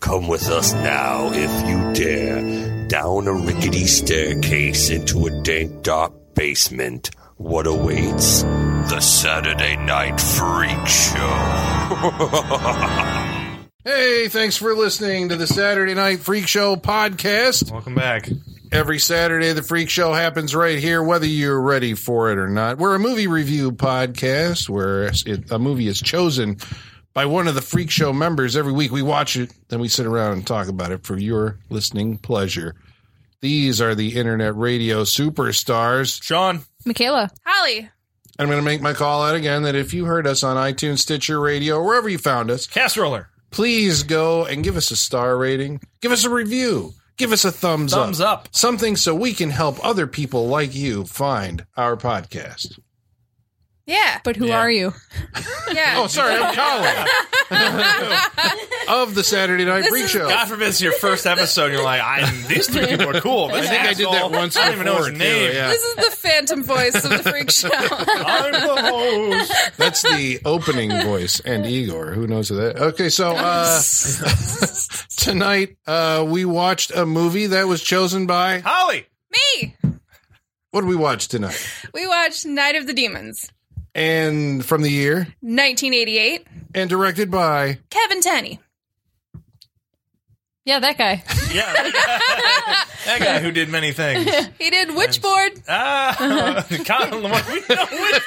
Come with us now, if you dare, down a rickety staircase into a dank, dark basement. What awaits? The Saturday Night Freak Show. Hey, thanks for listening to the Saturday Night Freak Show podcast. Welcome back. Every Saturday, the Freak Show happens right here, whether you're ready for it or not. We're a movie review podcast where it, a movie is chosen by one of the Freak Show members every week. We watch it, then we sit around and talk about it for your listening pleasure. These are the internet radio superstars. Sean. Michaela. Holly. I'm going to make my call out again that if you heard us on iTunes, Stitcher Radio, wherever you found us, Casseroller. please go and give us a star rating, give us a review, give us a thumbs, Thumbs up. something so we can help other people like you find our podcast. Yeah. But who Yeah. are you? Yeah. Oh, sorry, I'm Colin of the Saturday Night This Freak is- Show. God forbid it's your first episode and you're like, I, these two people are cool. I think I did that once. I don't even know his before, too, name. yeah. This is the phantom voice of the freak show. I'm the host. That's the opening voice and Igor. Who knows who that? Okay, so uh, tonight uh, we watched a movie that was chosen by. Holly. Me. What did we watch tonight? We watched Night of the Demons, And from the year 1988. and directed by. Kevin Tenney. Yeah, that guy. Yeah. that guy who did many things. He did Witchboard. Ah, Colin Lamar. We know Witchboard.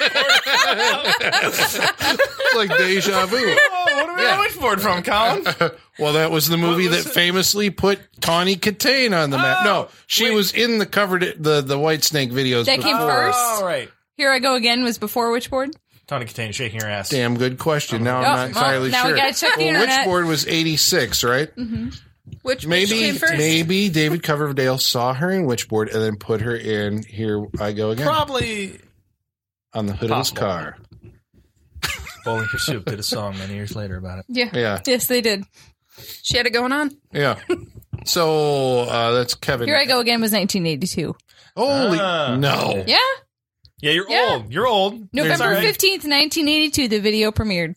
It's like deja vu. Oh, what do we know Witchboard from, Colin? Well, that was the movie was that it? famously put Tawny Katane on the map. Oh, No, she wait. was in the covered the the White Snake videos. That came before. first? All right. Here I go again was before Witchboard. Tony Katane shaking her ass. Damn good question. Now I'm Oh, not well, entirely now we sure. gotta check the well, internet. Mm-hmm. Witchboard was 86, right? Which which Maybe came first? maybe David Coverdale saw her in Witchboard and then put her in Here I Go Again Probably on the hood of his Possible. car. Bowling for Soup did a song many years later about it. Yeah. Yeah. Yes, they did. She had it going on. Yeah. So uh, that's Kevin. Here I go again was 1982. Holy Ah. no! Yeah. Yeah, you're Yeah. old. You're old. It's all November right. 15th, 1982, the video premiered.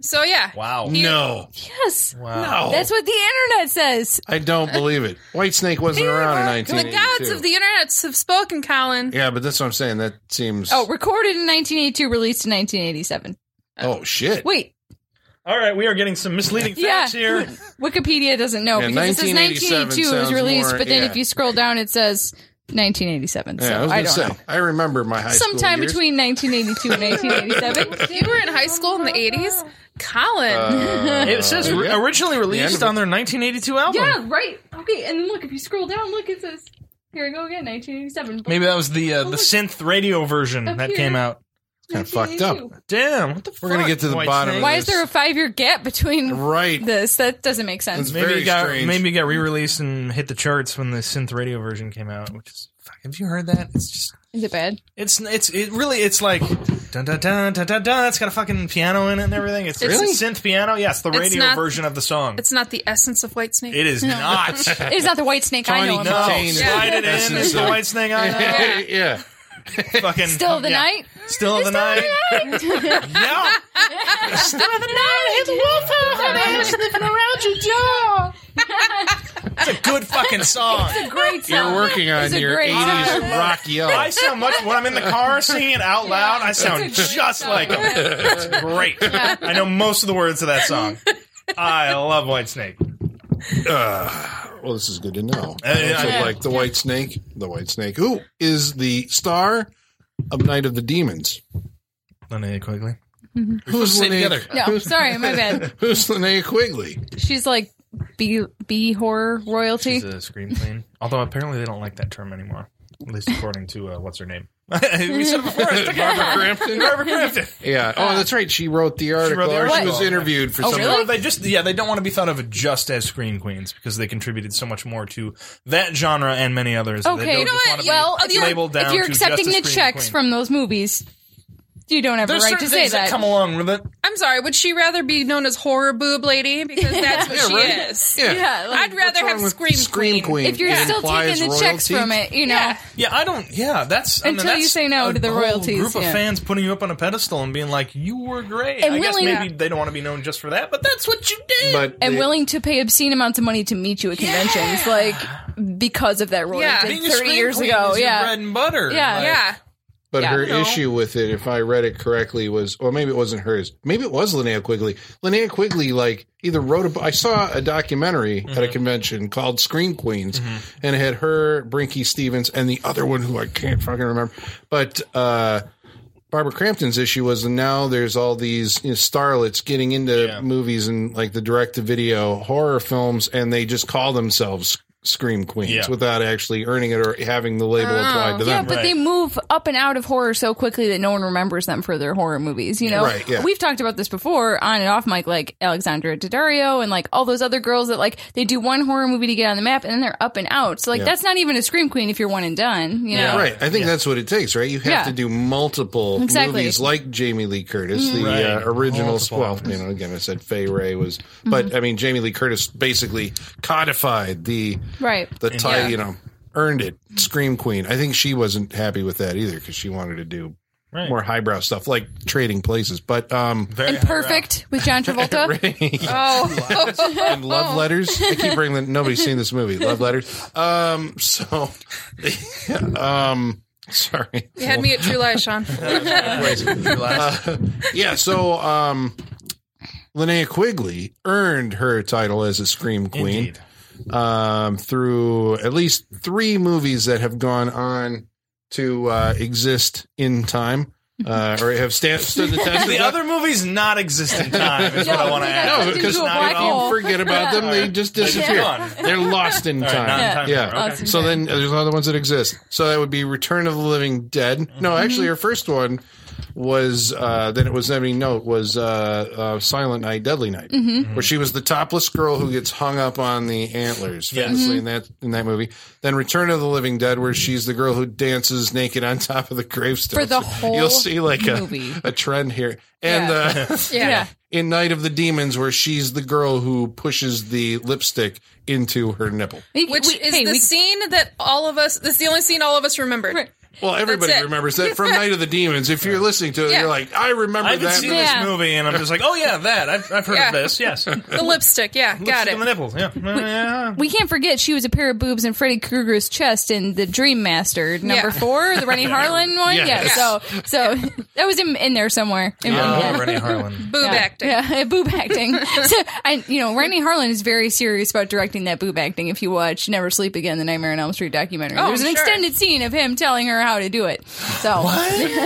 So yeah. Wow. No, Yes. Wow. No. That's what the internet says. I don't believe it. White Snake wasn't around in The 1982. gods of the internet have spoken, Colin. yeah, but that's what I'm saying. That seems. Oh, recorded in 1982, released in 1987. Oh shit! Wait, All right, we are getting some misleading facts Yeah. here. Wikipedia doesn't know Yeah, because it says 1987 1982 was sounds released, more- but then yeah. if you scroll down, it says 1987. Yeah, I so I, was gonna don't say. know. I remember my high Sometime school years. between 1982 and 1987. You were in high school in the 80s. Colin. Uh, It says yeah. ri- originally end of released it. on their 1982 album. right. Okay, and then look, if you scroll down, look, it says, here we go again, 1987. Maybe that was the uh, the synth radio version Up that here. came out. Kinda fucked up. Damn, what the We're gonna fuck, get to the White bottom Snake? of Why is there a five year gap between right. this? That doesn't make sense. It's Maybe very it got strange. maybe it got re-released and hit the charts when the synth radio version came out, which is fuck, have you heard that? It's just Is it bad? it's it's it really it's like dun dun dun dun dun dun. It's got a fucking piano in it and everything. It's Really? it's a synth piano. Yes, the It's radio not- version of the song. it's not the essence of White Snake. It is not. It is not the white snake I Tawny know No, about. Contain slide it in. essence It's the of- white snake I know. yeah. Fucking Still the yeah. night? Still of the night. yeah. It's a good fucking song. Great song. You're working on It's a your great 80s song. rock yell. I sound much when I'm in the car singing it out loud. I sound It's a great just song. like him. It's great. I know most of the words of that song. I love White Snake. well, this is good to know. Uh, yeah, Also, yeah. Like the White Snake, the White Snake, who is the star of Night of the Demons. Linnea Quigley. Who's to say Linnea? together. No, sorry, my bad. Who's Linnea Quigley? She's like B B horror royalty. She's a scream queen. Although apparently they don't like that term anymore. At least according to uh, what's her name. we said it before. I took it. Barbara Crampton. Barbara Crampton. Yeah. Oh, that's right. She wrote the article. the or she article. was interviewed for Oh, some. well, they just yeah, they don't want to be thought of just as scream queens because they contributed so much more to that genre and many others. that they Okay, don't you know just what? want to be Well, if you're, labeled down if you're to accepting just a the scream checks queen. from those movies, you don't have There's a right certain to say things that. that. come along with it. I'm sorry. Would she rather be known as horror boob lady because that's what Yeah, she right. is? Yeah. yeah, like, I'd rather have scream, queen. if you're It still implies taking the checks royalty. from it, you know. Yeah. Yeah, I don't. Yeah, that's I mean, Until you that's say no a to the whole royalties, Group of yeah. fans putting you up on a pedestal and being like, "You were great." And I guess willing- maybe they don't want to be known just for that, but that's what you did. but And the- willing to pay obscene amounts of money to meet you at conventions, like because of that royalty Yeah. did Being Being a 30 scream years queen ago. is your Yeah, bread and butter. Yeah. Like, Yeah. But Yeah. her No. issue with it, if I read it correctly, was well, maybe it wasn't hers. Maybe it was Linnea Quigley. Linnea Quigley, like, either wrote a. bu- I saw a documentary at a Mm-hmm. convention called Scream Queens, and it had her, Brinky Stevens, and the other one who I can't fucking remember. But uh, Barbara Crampton's issue was now there's all these you know, starlets getting into Yeah. movies and like the direct to video horror films, and they just call themselves Scream Queens Yeah. without actually earning it or having the label applied to Oh. Yeah, them. but Right. they move up and out of horror so quickly that no one remembers them for their horror movies. You know, Right, yeah. we've talked about this before on and off, Mike, like Alexandra Daddario and like all those other girls that like they do one horror movie to get on the map and then they're up and out. So like Yeah. that's not even a scream queen if you're one and done. You Yeah. know, Right. I think that's what it takes, right? You have Yeah. to do multiple Exactly. movies like Jamie Lee Curtis, the Mm. Right. uh, original. Multiple Well, you know, again, I said Fay Ray was, but I mean, Jamie Lee Curtis basically codified the right. the title, Yeah. you know, earned it. Scream Queen. I think she wasn't happy with that either because she wanted to do Right. more highbrow stuff like Trading Places, but um, Very and high perfect with John Travolta. Oh, and Love Letters. I keep bringing that. Nobody's seen this movie, Love Letters. Um, so, um, sorry. you had me at True Lies, Sean. brow. yeah, so um Linnea Quigley earned her title as a Scream Queen Indeed. um, through at least three movies that have gone on to uh, exist in time uh, or have stand, stood the test. The of- other movies not exist in time is what I want to they add. got no, Didn't because do a black if you hole. forget about them, they just disappear. gone. They're lost in All right, not in time. time. Yeah. Okay. Awesome. So then there's other ones that exist. So that would be Return of the Living Dead. No, Mm-hmm. actually, her first one was uh, then it was I mean no it was uh, uh, Silent Night, Deadly Night, Mm-hmm. where she was the topless girl who gets hung up on the antlers, Yes. Mm-hmm. famously in that in that movie. Then Return of the Living Dead, where she's the girl who dances naked on top of the gravestone For the You'll whole see like a, movie. a trend here, and uh, yeah. in Night of the Demons, where she's the girl who pushes the lipstick into her nipple. We- Which we- is hey, the we- scene that all of us, that's the only scene all of us remembered. Well, everybody That's it. remembers that from Night of the Demons. If you're listening to it, Yeah. you're like, I remember I can that. see movie. this Yeah. movie and I'm just like, oh yeah, that I've, I've heard Yeah. of this. Yes, The lipstick, yeah, got Lipstick it. on the nipples. Yeah, yeah. we can't forget she was a pair of boobs in Freddy Krueger's chest in the Dream Master number Yeah. four, the Rennie Harlan one. Yes. Yeah, so so that was in, in there somewhere. In Uh, one- yeah. Rennie Harlan. Boob yeah. acting. Yeah, boob acting. so, I, you know, Rennie Harlan is very serious about directing that boob acting. If you watch Never Sleep Again, the Nightmare on Elm Street documentary, Oh, there's an I'm sure. extended scene of him telling her how to do it. So,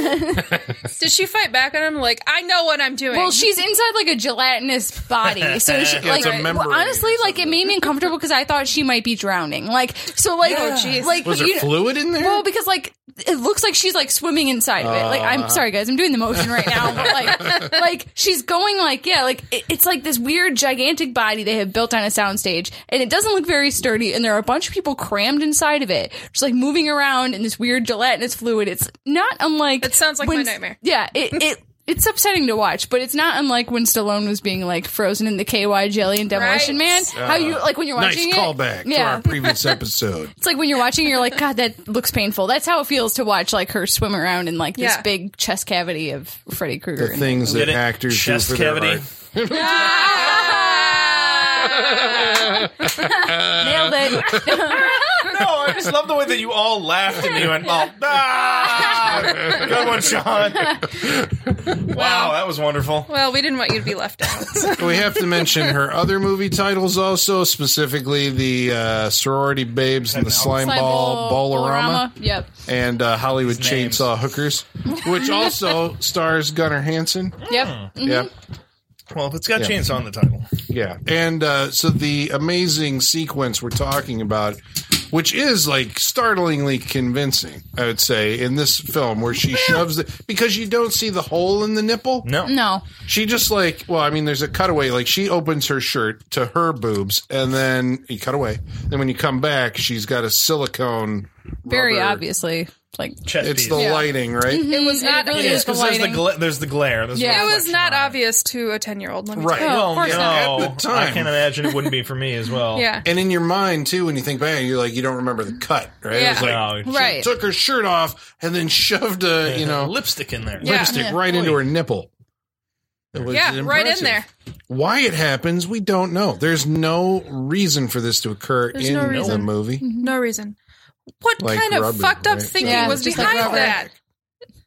Did she fight back on him? Like, I know what I'm doing. well, she's inside like a gelatinous body, so she, Yeah, it's like a membrane well, honestly, like it made me uncomfortable because I thought she might be drowning. Like, so like, Oh, jeez. like Was there you know- fluid in there? Well, because like it looks like she's like swimming inside of it. Like Uh. I'm sorry guys, I'm doing the motion right now. But like like she's going like yeah, like it, it's like this weird gigantic body they have built on a soundstage, and it doesn't look very sturdy. And there are a bunch of people crammed inside of it, just like moving around in this weird gelatinous fluid. It's not unlike It sounds like my nightmare. Yeah, it it. It's upsetting to watch, but it's not unlike when Stallone was being like frozen in the KY jelly in Demolition Man. Right. How you like when you're Uh, nice watching it? callback to our previous episode. It's like when you're watching, you're like, God, that looks painful. That's how it feels to watch like her swim around in like this Yeah. big chest cavity of Freddy Krueger. The things that Get it? actors Chest do for their cavity. art. Nailed it. No, I just love the way that you all laughed and you went, oh, ah! good one, Sean. Wow, that was wonderful. well, we didn't want you to be left out. We have to mention her other movie titles also, specifically the uh, Sorority Babes and the Slime, Ball, Ballerama, Yep. and uh, Hollywood His names. Chainsaw Hookers, which also stars Gunnar Hansen. Yep. Hmm. Yep. Well, if it's got chainsaw in the title, Yeah. And uh, so the amazing sequence we're talking about, which is like startlingly convincing, I would say, in this film where she shoves it because you don't see the hole in the nipple. no, No. She just like, well, I mean, there's a cutaway. Like she opens her shirt to her boobs and then you cut away. Then when you come back, she's got a silicone very rubber. obviously. Like Chest It's piece. the Yeah. Mm-hmm. lighting, right? It was Hmm, not. really It, Yeah, is the 'cause there's the lighting. gla- there's the glare. There's Yeah. no It was reflection on not it. obvious to a ten year old. Let me Right. tell you. Oh, Well, of course no, not. At the time. I can't imagine it wouldn't be for me as well. Yeah. And in your mind too, when you think back, you're like you don't remember the cut, right? It was like No, it's- Right. took her shirt off and then shoved a you know lipstick in there. Yeah. lipstick right into her nipple. It was Yeah, right in impressive. there. Why it happens, we don't know. There's no reason for this to occur There's in no the reason. movie. No reason. What Like kind of rubber, fucked up right? thinking Yeah, was just behind like rubber. that?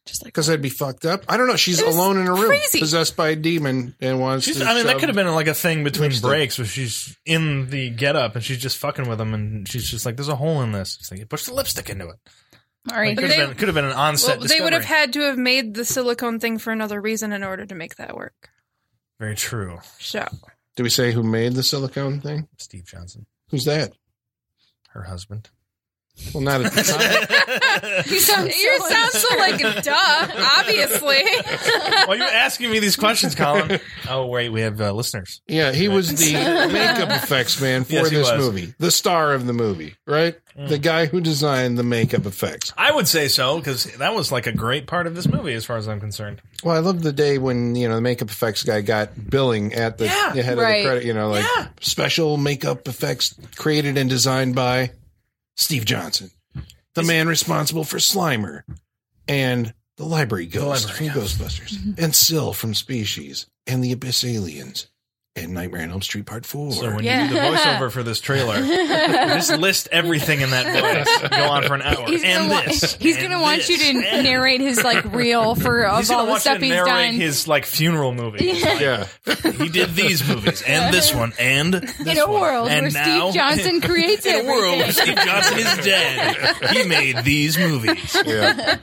just like Because that'd be fucked up. I don't know. She's It was alone in a room, crazy. possessed by a demon, and wants She's, to. I mean, that shove- could have been like a thing between Lipstick. breaks where she's in the getup and she's just fucking with him and she's just like, there's a hole in this. It's like, push the lipstick into it. all Like, right. could, They- have been, could have been an onset Well, they would have discovery. had to have made the silicone thing for another reason in order to make that work. Very true. So Did we say who made the silicone thing? Steve Johnson, Who's that? her husband. Well, not at the time. you sound you sound so like duh, obviously. Why are you asking me these questions, Colin? oh, wait, we have uh, listeners. yeah, he was the makeup effects man for Yes, he this was. Hmm. movie, the star of the movie, right? The guy who designed the makeup effects. I would say so because that was like a great part of this movie, as far as I'm concerned. Well, I love the day when you know the makeup effects guy got billing at the, Yeah, the head of right. the credit. You know, like Yeah. special makeup effects created and designed by Steve Johnson, the man responsible for Slimer and the Library Ghost Library from Ghostbusters, and Syl from Species, and the Abyss Aliens, and Nightmare on Elm Street Part Four. So when Yeah. you do the voiceover for this trailer, just list everything in that voice. Go on for an hour. He's and gonna, wa- this. he's and gonna want this, you to and- narrate his like reel for of He's gonna all the want you stuff to he's narrate done. his like funeral movie. It's like, yeah, he did these movies and this one and this in a one. world and where now- Steve Johnson creates in a world where everything. Steve Johnson is dead. He made these movies. yeah.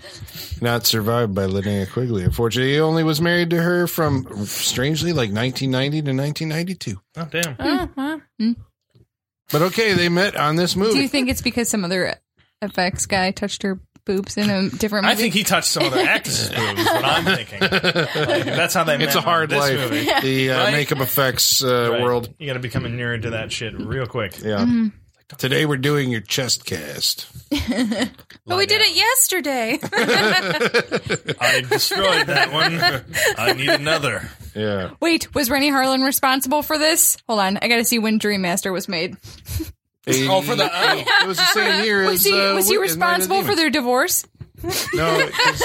Not survived by Linnea Quigley. Unfortunately, he only was married to her from strangely like 1990 to 1992. Oh damn! Oh, well. But okay, they met on this Do movie. you think it's because some other effects guy touched her boobs in a different movie? I think he touched some other actresses' boobs. Is what I'm thinking. Like, that's how they. It's met a hard this life. movie. The uh, Right? makeup effects uh, Right. world. You got to become inured to that shit real quick. Yeah. Mm-hmm. Today we're doing your chest cast. but we did it yesterday. I destroyed that one. I need another. Yeah. Wait, was Rennie Harlan responsible for this? Hold on, I gotta see when Dream Master was made. Oh, for the oh, it was the same year Was as he uh, was he Wi- as Night of responsible for Demons. their divorce? No, 'cause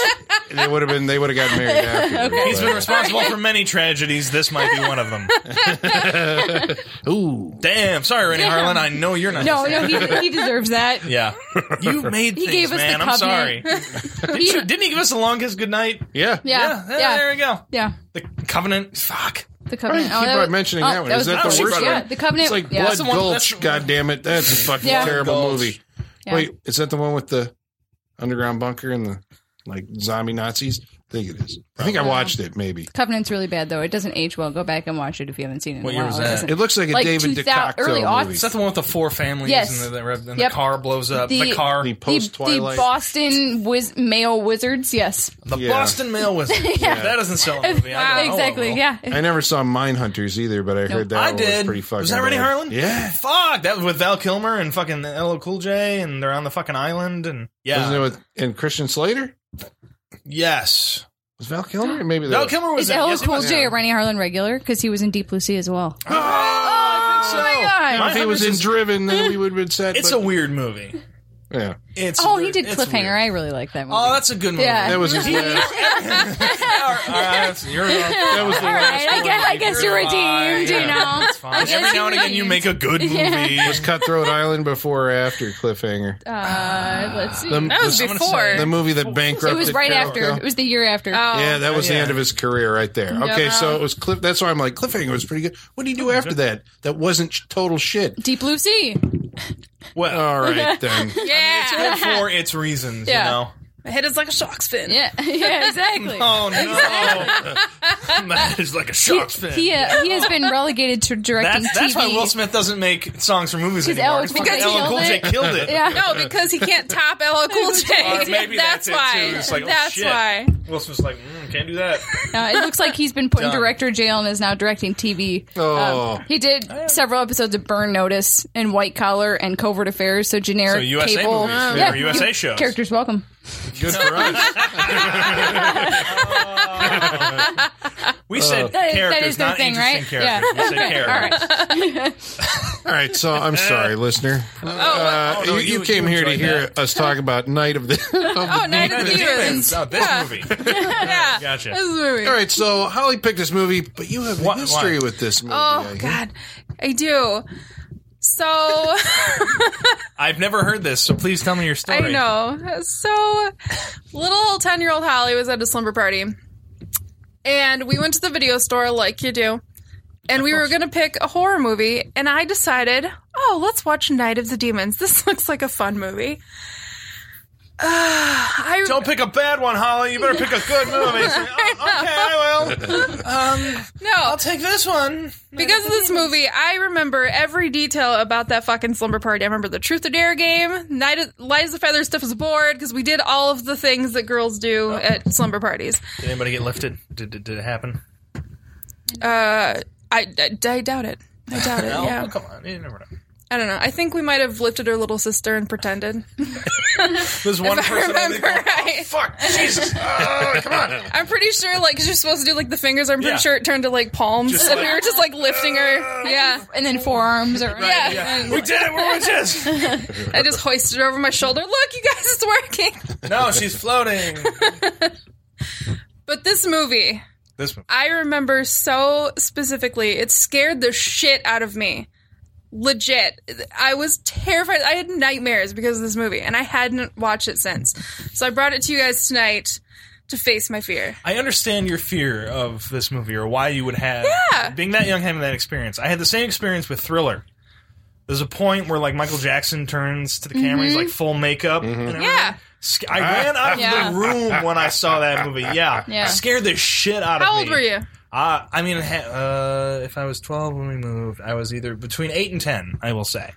they would have been. They would have gotten married after. he's been responsible for many tragedies. This might be one of them. Ooh, Damn. Sorry, Rennie Harlan. I know you're not. No, no, he, he deserves that. Yeah, you made. He things, gave us the man. I'm sorry. covenant. He- Didn't didn't he give us the longest goodnight? yeah, yeah, yeah, yeah, There we go. yeah. The covenant. Fuck. The covenant. Oh, Why do you keep that on mentioning that one? Is that the before- worst Yeah, one? the covenant. it's like yeah. Blood the one- Gulch. that's the one. God damn it, that's a fucking Yeah. terrible Gulch. movie. Yeah. Wait, is that the one with the underground bunker and the like zombie Nazis? I think it is. I think I watched it. Maybe Covenant's really bad though. It doesn't age well. Go back and watch it if you haven't seen it. in What a year while. was It that? doesn't- it looks like a Like David 2000 early Dicaprio movie. Is that the one with the four families Yes. and, the, the, and Yep. the car blows up? The, The- car, The the, The, post the Twilight. Boston wiz- male wizards. Yes. Yeah. Boston Mail was. That doesn't sell a movie. I don't know exactly. what will. Yeah. I never saw Mindhunters either, but I heard that I one was did. pretty fucking. was that Rennie bad. Harlan? Yeah. Fuck. That was with Val Kilmer and fucking LL Cool J, and they're on the fucking island. And yeah, Wasn't it with and Christian Slater? yes. Was Val Kilmer? Maybe Val that- Kilmer was. Is in it. LL Yes, he Cool was. J a Rennie Harlan regular? Because he was in Deep Blue Sea as well. Oh, I Oh think so. God. Ah! If he was in Mindhunters is- Driven, then we would have been set. It's a but- weird movie. yeah. It's Oh, he weird. did It's Cliffhanger. weird. I really like that movie. Oh, that's a good movie. Yeah. That was his last. All right, all right, you're That was the All last. right, I guess, I guess you're redeemed, you know. It's fine. guess Every now and you're again, you make a good movie. Was Cutthroat Island before or after Cliffhanger? Uh, let's see. The, That was the- before. the movie that bankrupted. it was right Carol after. Cal- It was the year after. Oh. Yeah, that was yeah. the end of his career right there. Okay, so it was Cliff. That's why I'm like Cliffhanger was pretty good. What did he do after that? That wasn't sh- total shit. Deep Blue Sea. Well, All right then. it's yeah. good for its reasons, Yeah. you know. My head is like a shark's fin. Yeah, yeah, exactly. Oh no, that is like a shark's fin. He uh, he has been relegated to directing that's, that's TV. why Will Smith doesn't make songs for movies Because anymore. LL It's Cool fucking J LL Cool J killed it. killed it. yeah. No, because he can't top LL Cool J. Or maybe that's it, why. too. It's like, oh, that's shit. why. Will Smith's like, mm, Can't do that. No, Uh, it looks like he's been put in Done. director jail and is now directing TV. Oh. he did several episodes of Burn Notice and White Collar and Covert Affairs, so generic So USA cable movies, or yeah, USA you- shows. Characters welcome. Good for us. We said That is- that characters, is their not thing, interesting right? characters. Yeah. We said characters. All right, so I'm sorry, listener. Uh, oh, no, you, you- you came you here to enjoyed hear us talk about Night of the. of the Oh, Night Not of the the demons. Demons. Oh, this movie. Yeah, Gotcha. This movie. All right, so Holly picked this movie, but you have a Why- history why? with this movie. I Oh hear. God, I do. So I've never heard this, so please tell me your story. I know. So, little 10 year old Holly was at a slumber party. And we went to the video store, like you do. And we were going to pick a horror movie. And I decided, oh, let's watch Night of the Demons. This looks like a fun movie. Ah, I, Don't pick a bad one, Holly. You better pick a good movie. It's like, oh, okay, I will. no, Take this one. Because of this movie, I remember every detail about that fucking slumber party. I remember the truth or dare game, night of, light as a feather, stiff as a board, because we did all of the things that girls do at slumber parties. Did anybody get lifted? Did, did, did it happen? Uh, I, I, I doubt it. I doubt it. No? Yeah, come on. You never know. I don't know. I think we might have lifted her little sister and pretended. There's one I person. in the- remember right. Fuck, Jesus. Ah, come on. I'm pretty sure, like, because you're supposed to do like the fingers. I'm pretty Yeah. sure it turned to like palms. Just and like- we were just like lifting her. Yeah, And then forearms or yeah. We did it. We're witches. I just hoisted her over my shoulder. Look, you guys, it's working. No, she's floating. But this movie, This one. I remember so specifically. It scared the shit out of me. Legit. I was terrified. I had nightmares because of this movie, and I hadn't watched it since. So I brought it to you guys tonight to face my fear. I understand your fear of this movie or why you would have being that young having that experience. I had the same experience with Thriller. There's a point where like Michael Jackson turns to the camera, he's like full makeup. And Mm-hmm. Yeah. everything. I ran out of Yeah. the room when I saw that movie. Yeah, Yeah. scared the shit out of How me. old were you? Uh, I mean, ha- uh, if I was 12 when we moved, I was either between eight and 10. I will say.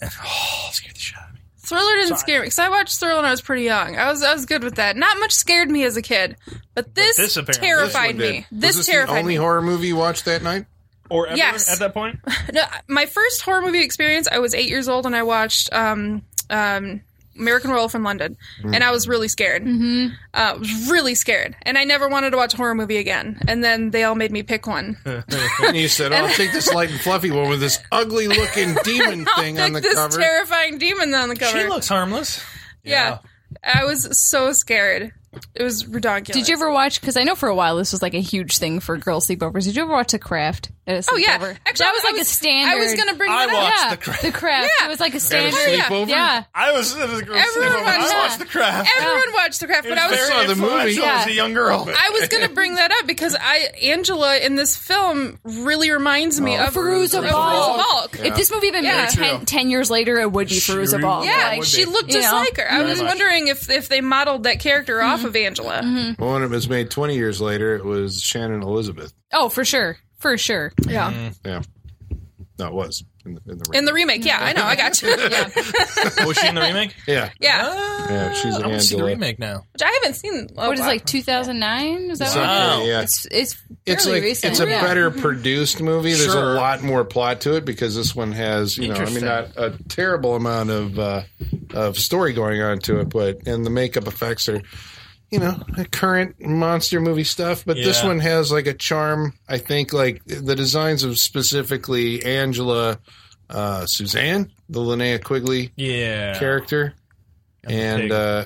And, oh, scared the shit out of me. Thriller didn't scare me because I watched Thriller when I was pretty young. I was I was good with that. Not much scared me as a kid, but this, this apparently- terrified This one me. did. This, Was this the terrified only me. horror movie you watched that night? Or ever Yes. at that point, No, my first horror movie experience, I was eight years old and I watched um, um, American Werewolf in London, and I was really scared. Mm-hmm. Uh, I was really scared, and I never wanted to watch a horror movie again. And then they all made me pick one. And you said, "Oh, I'll take this light and fluffy one with this ugly looking demon thing on Pick the this cover." terrifying demon on the cover. she looks harmless. yeah. I was so scared. It was ridiculous. Did you ever watch? Because I know for a while this was like a huge thing for girl sleepovers. Did you ever watch The Craft? At a Oh yeah, sleepover? actually, that was I like a standard. I was gonna bring I that watched up. yeah, The Craft. The Craft. Yeah. It was like a Had a standard. sleepover? Yeah. I was, it was a girl Everyone sleepover. I watched that. watched the craft. Everyone watched the craft, but I was very saw the movie. influential as a Yeah. young girl. I was going to bring that up because I Angela in this film really reminds me of Feruza of Balk. Balk. If this movie had been Yeah. made 10, 10 years later, it would be Feruza Balk. Yeah, Like, she looked just You know? Mm-hmm. like her. I was wondering if if they modeled that character off of Angela. Well, when it was made 20 years later, it was Shannon Elizabeth. oh, for sure. For sure. Yeah, Yeah. No, it was in the, in the in the remake. Yeah, I know. I got you. Yeah, was she in the remake? yeah. yeah. Yeah, Yeah, she's an I want to see the Angela. remake now. Which I haven't seen. Oh, What is it, wow. like 2009? Is that It's what? not pretty, yeah. It's, it's fairly It's like recent. it's a yeah. Mm-hmm. better produced movie. There's Sure. a lot more plot to it because this one has you know I mean Interesting. not a terrible amount of uh, of story going on to it, but and the makeup effects are you know current monster movie stuff. But this Yeah. one has like a charm. I think like the designs of specifically Angela uh, Suzanne, the Linnea Quigley Yeah, character, and pig. uh,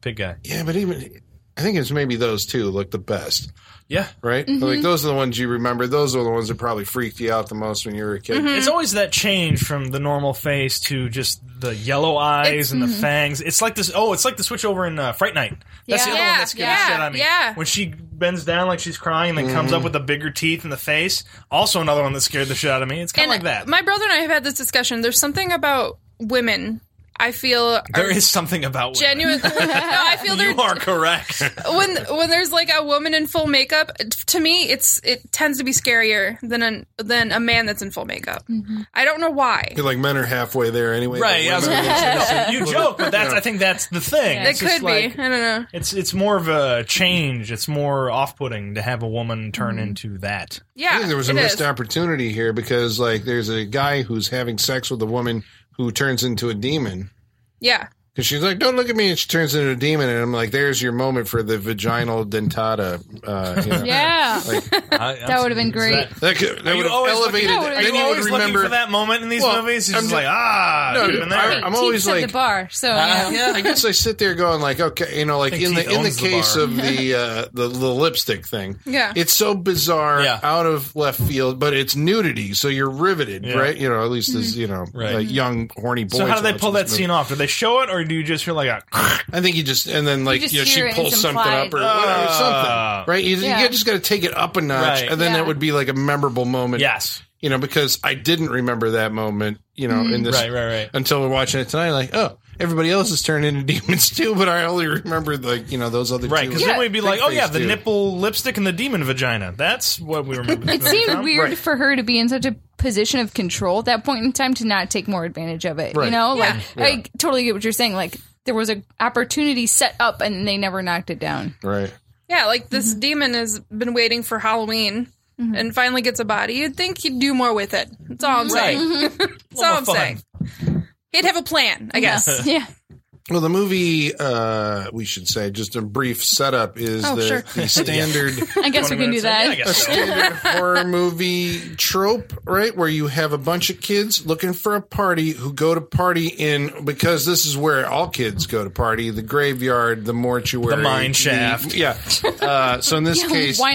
big guy. yeah, but even I think it's maybe those two look the best Yeah, right? Like those are the ones you remember. Those are the ones that probably freaked you out the most when you were a kid. Mm. it's always that change from the normal face to just the yellow eyes and the mm-hmm. fangs. It's like this. Oh, it's like the switch over in uh, Fright Night. That's the Yeah. other one Yeah, that scared yeah, the shit out of me. yeah. when she bends down like she's crying, and then comes Mm-hmm. up with the bigger teeth in the face. Also, another one that scared the shit out of me. It's kind And of like that. My brother and I have had this discussion. There's something about women. I feel There are is something about women. genuine. no, I feel they're You are correct. when when there's like a woman in full makeup, to me it's it tends to be scarier than a than a man that's in full makeup. Mm-hmm. I don't know why. Feel like men are halfway there anyway. right? The I was women- gonna say, you joke, but that's. I think that's the thing. It It's just could like- be. I don't know. It's it's more of a change. It's more off-putting to have a woman turn into that. Yeah, I think there was a it is. missed opportunity here because like there's a guy who's having sex with a woman who turns into a demon. Yeah, Because she's like, don't look at me. And she turns into a demon. And I'm like, there's your moment for the vaginal dentata. Uh, you know. Yeah. that would've been great. That, could, that would Are you have always elevated. looking, That are then you you would always looking remember. for that moment in these Well, movies? It's I'm just ju- like ah, No, no, dude, been there. I- I'm always Teeth set like- the bar. So Ah, yeah. I guess I sit there going like, okay, you know, like think in the Teeth in the owns the case bar. of the uh, the the lipstick thing, Yeah. it's so bizarre, Yeah. out of left field, but it's nudity, so you're riveted, Yeah. right? You know, at least Mm-hmm. as you know, Right. like young horny boys. So how do they watch pull that this movie. scene off? Do they show it, or do you just feel like a? I think you just and then like just you know, hear she it and pulls it's something up or implied. whatever, Ah. something, right? You, you Yeah. just got to take it up a notch, Right. and then Yeah. it would be like a memorable moment. yes, you know, because I didn't remember that moment, you know, in this Mm, right, right, right. until we're watching it tonight. Like, oh, everybody else has turned into demons too, but I only remember like you know those other Right, two. because then we'd be like, Big oh yeah, face the dude. nipple lipstick and the demon vagina. That's what we remember. It seemed weird Right. for her to be in such a position of control at that point in time to not take more advantage of it. Right. You know, Yeah. like I totally get what you're saying. Like there was an opportunity set up and they never knocked it down. right. yeah. Like this Mm-hmm. demon has been waiting for Halloween and finally gets a body. You'd think he'd do more with it. That's all I'm Right. saying. That's all more I'm fun. saying. He'd have a plan, I guess. Yeah. Well, the movie, uh, we should say, just a brief setup is Oh, the, sure. the standard. I guess 20 we can do minutes in. Yeah, I that. guess so. standard horror movie trope, right? Where you have a bunch of kids looking for a party who go to party in because this is where all kids go to party: the graveyard, the mortuary, The mine shaft. yeah. Uh, so in this Yeah, case, Why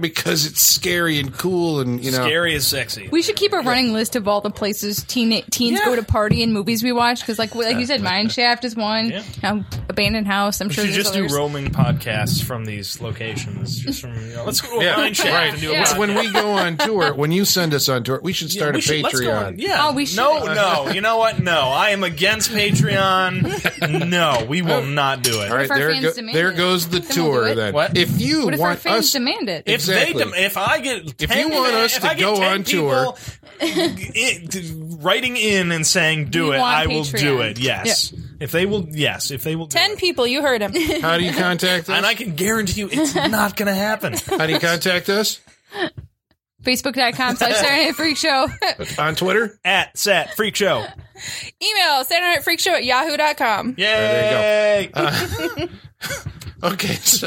because it's scary and cool, and you know, Scary is sexy. We should keep a running list of all the places teen, teens Yeah. go to party and movies we watch because, like, like you said, Mineshaft is one. Yeah. Um, Abandoned House. I'm sure should there's just do others. roaming podcasts from these locations. Just from you know, let's go to a Yeah, mine shaft right. and do a Yeah. podcast. when we go on tour, when you send us on tour, we should start we a should- let's go Patreon. on- yeah. Oh, we should. No, no. You know what? No, I am against Patreon. no, we will not do it. All right, if our there, fans go- demand there it? goes the Then we'll do tour. it. Then, What? if you What if our want fans us, demand it? If Exactly. they, dem- if I get, 10, you want us if to I get go 10 on tour- people i- writing in and saying do We it, want I will do Patreon. it. Yes, if they will, yes, if they will. do Ten it. people, you heard him. how do you contact us? and I can guarantee you, it's not going to happen. how do you contact us Facebook.com slash Saturday Night Freak Show. on Twitter? At set freak show. Email Saturday Night Freak Show at yahoo.com. Yay! there Okay, so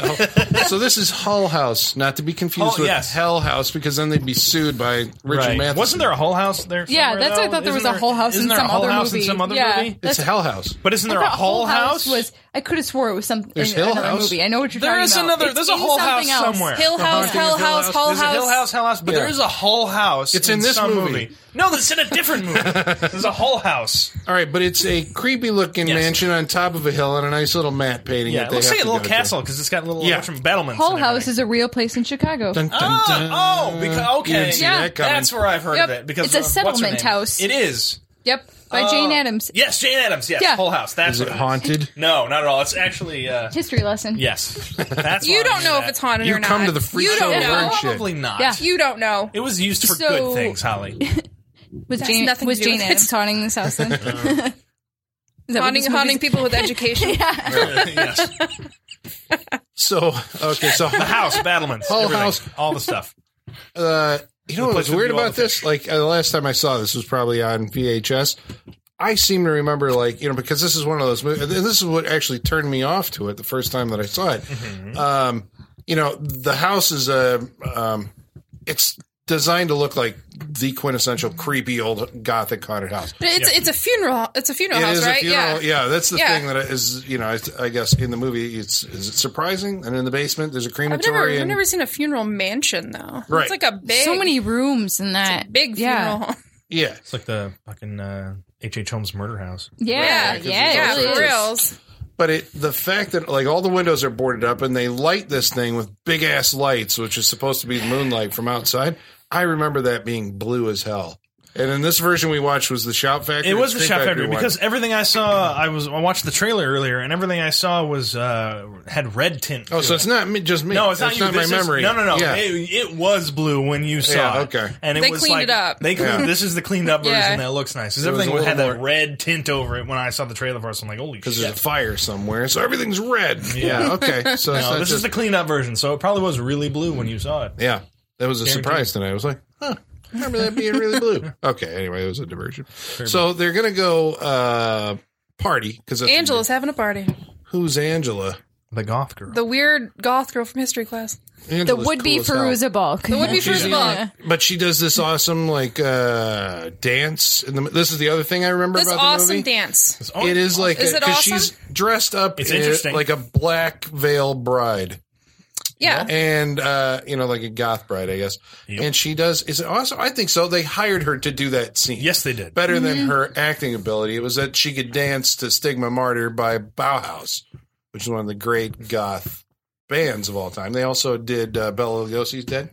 so this is Hull House, not to be confused Oh, with yes. Hell House, because then they'd be sued by Richard Right. Matheson. Wasn't there a whole house there? Yeah, somewhere, that's why I though? thought there was Isn't a whole house isn't in there a some whole other house movie. In some other Yeah. movie? It's Hell House. But isn't I there a thought whole house? was. I could have swore it was something. There's Hill another House. movie. I know what you're There talking is about. another. There's a in whole house something else. somewhere. Hill House, Haunting Hell of Hill House, House. Hull There's a Hill House. House, Hell House, but Yeah. there is a whole house. It's in this some movie. No, that's in a different movie. There's a whole house. All right, but it's a creepy looking Yes. mansion on top of a hill and a nice little matte painting. Yeah, that it they looks have like a to little go to. castle because it's got little Yeah. yeah. different battlements. Whole and House everything. is a real place in Chicago. Dun, dun, dun. Oh, oh, because You okay, didn't see Yeah. that coming. that's where I've heard Yep. of it. Because It's a of- what's her settlement name? house. It is. Yep, by Oh. Jane Addams. Yes, Jane Addams. Yes, Yeah. whole house. That's Is it what haunted? No, not at all. It's actually uh, History lesson. yes. That's You why I don't knew know that. if it's haunted You or not. come to the freak You show don't to learn know. shit. Probably not. Yeah. You don't know. It was used for So- good things, Holly. Was That's Jane, nothing was to do Jane with Addams it. haunting this house then? Is Uh-huh. that what Haunting, this haunting movie's- people with education. yes, So okay, so the house, battlements, Whole everything, house. all the stuff. uh, you know what place was with weird you all about the this? Like uh, the last time I saw this was probably on VHS. I seem to remember, like you know, because this is one of those movies. And this is what actually turned me off to it the first time that I saw it. Um, you know, the house is a. Um, it's designed to look like the quintessential creepy old gothic haunted house. But it's it's a funeral. It's a funeral It house, is right? a funeral. yeah. Yeah. that's the Yeah. thing that is, you know, I, I guess in the movie, it's is it surprising? And in the basement, there's a I've never, crematory. I've and, never seen a funeral mansion though. Right. It's like a big, So many rooms in that. big funeral. yeah. home. yeah, It's like the fucking uh, H. H. Holmes murder house. Yeah, Right, 'cause yeah, it's Yeah, it also- really for is. reals. but it the fact that like all the windows are boarded up and they light this thing with big ass lights, which is supposed to be moonlight from outside. I remember that being blue as hell. And then this version we watched was the Shout Factory. It was the Think Shop Factory one. because everything I saw, I was I watched the trailer earlier, and everything I saw was uh, had red tint. oh, to so it. it's not me, just me. No, it's That's not you. my This is- memory. No, no, no. Yeah. It, it was blue when you saw. Yeah, it. okay. And it They was cleaned like, it up. They cleaned, Yeah. This is the cleaned up version Yeah. that looks nice. Because It was a everything had little that more- red tint over it when I saw the trailer for it. So I'm like, holy shit. because there's a fire somewhere, so everything's red. Yeah, okay. So it's No, not this is just- the cleaned up version, so it probably was really blue when you saw it. yeah, that was a Guaranteed. surprise tonight. I was like, huh, I remember that being really blue? Okay, anyway, it was a diversion. So they're gonna go uh party because Angela's having a party. Who's Angela? The goth girl. The weird goth girl from history class. The Angela's would be cool as hell. Feruza Balk. The would be She's first the of all. only- But she does this awesome like uh dance. In the, this is the other thing I remember This about the awesome movie. dance. Oh, It's all- It is like Is it because awesome? she's dressed up It's in- interesting. like a black veil bride Yeah. and uh you know like a goth bride, I guess. Yep. And she does is it awesome? I think so. They hired her to do that scene. Yes, they did. Better Mm-hmm. than her acting ability, it was that she could dance to "Stigma Martyr" by Bauhaus, which is one of the great goth bands of all time. They also did uh, Bela Lugosi's "Dead,"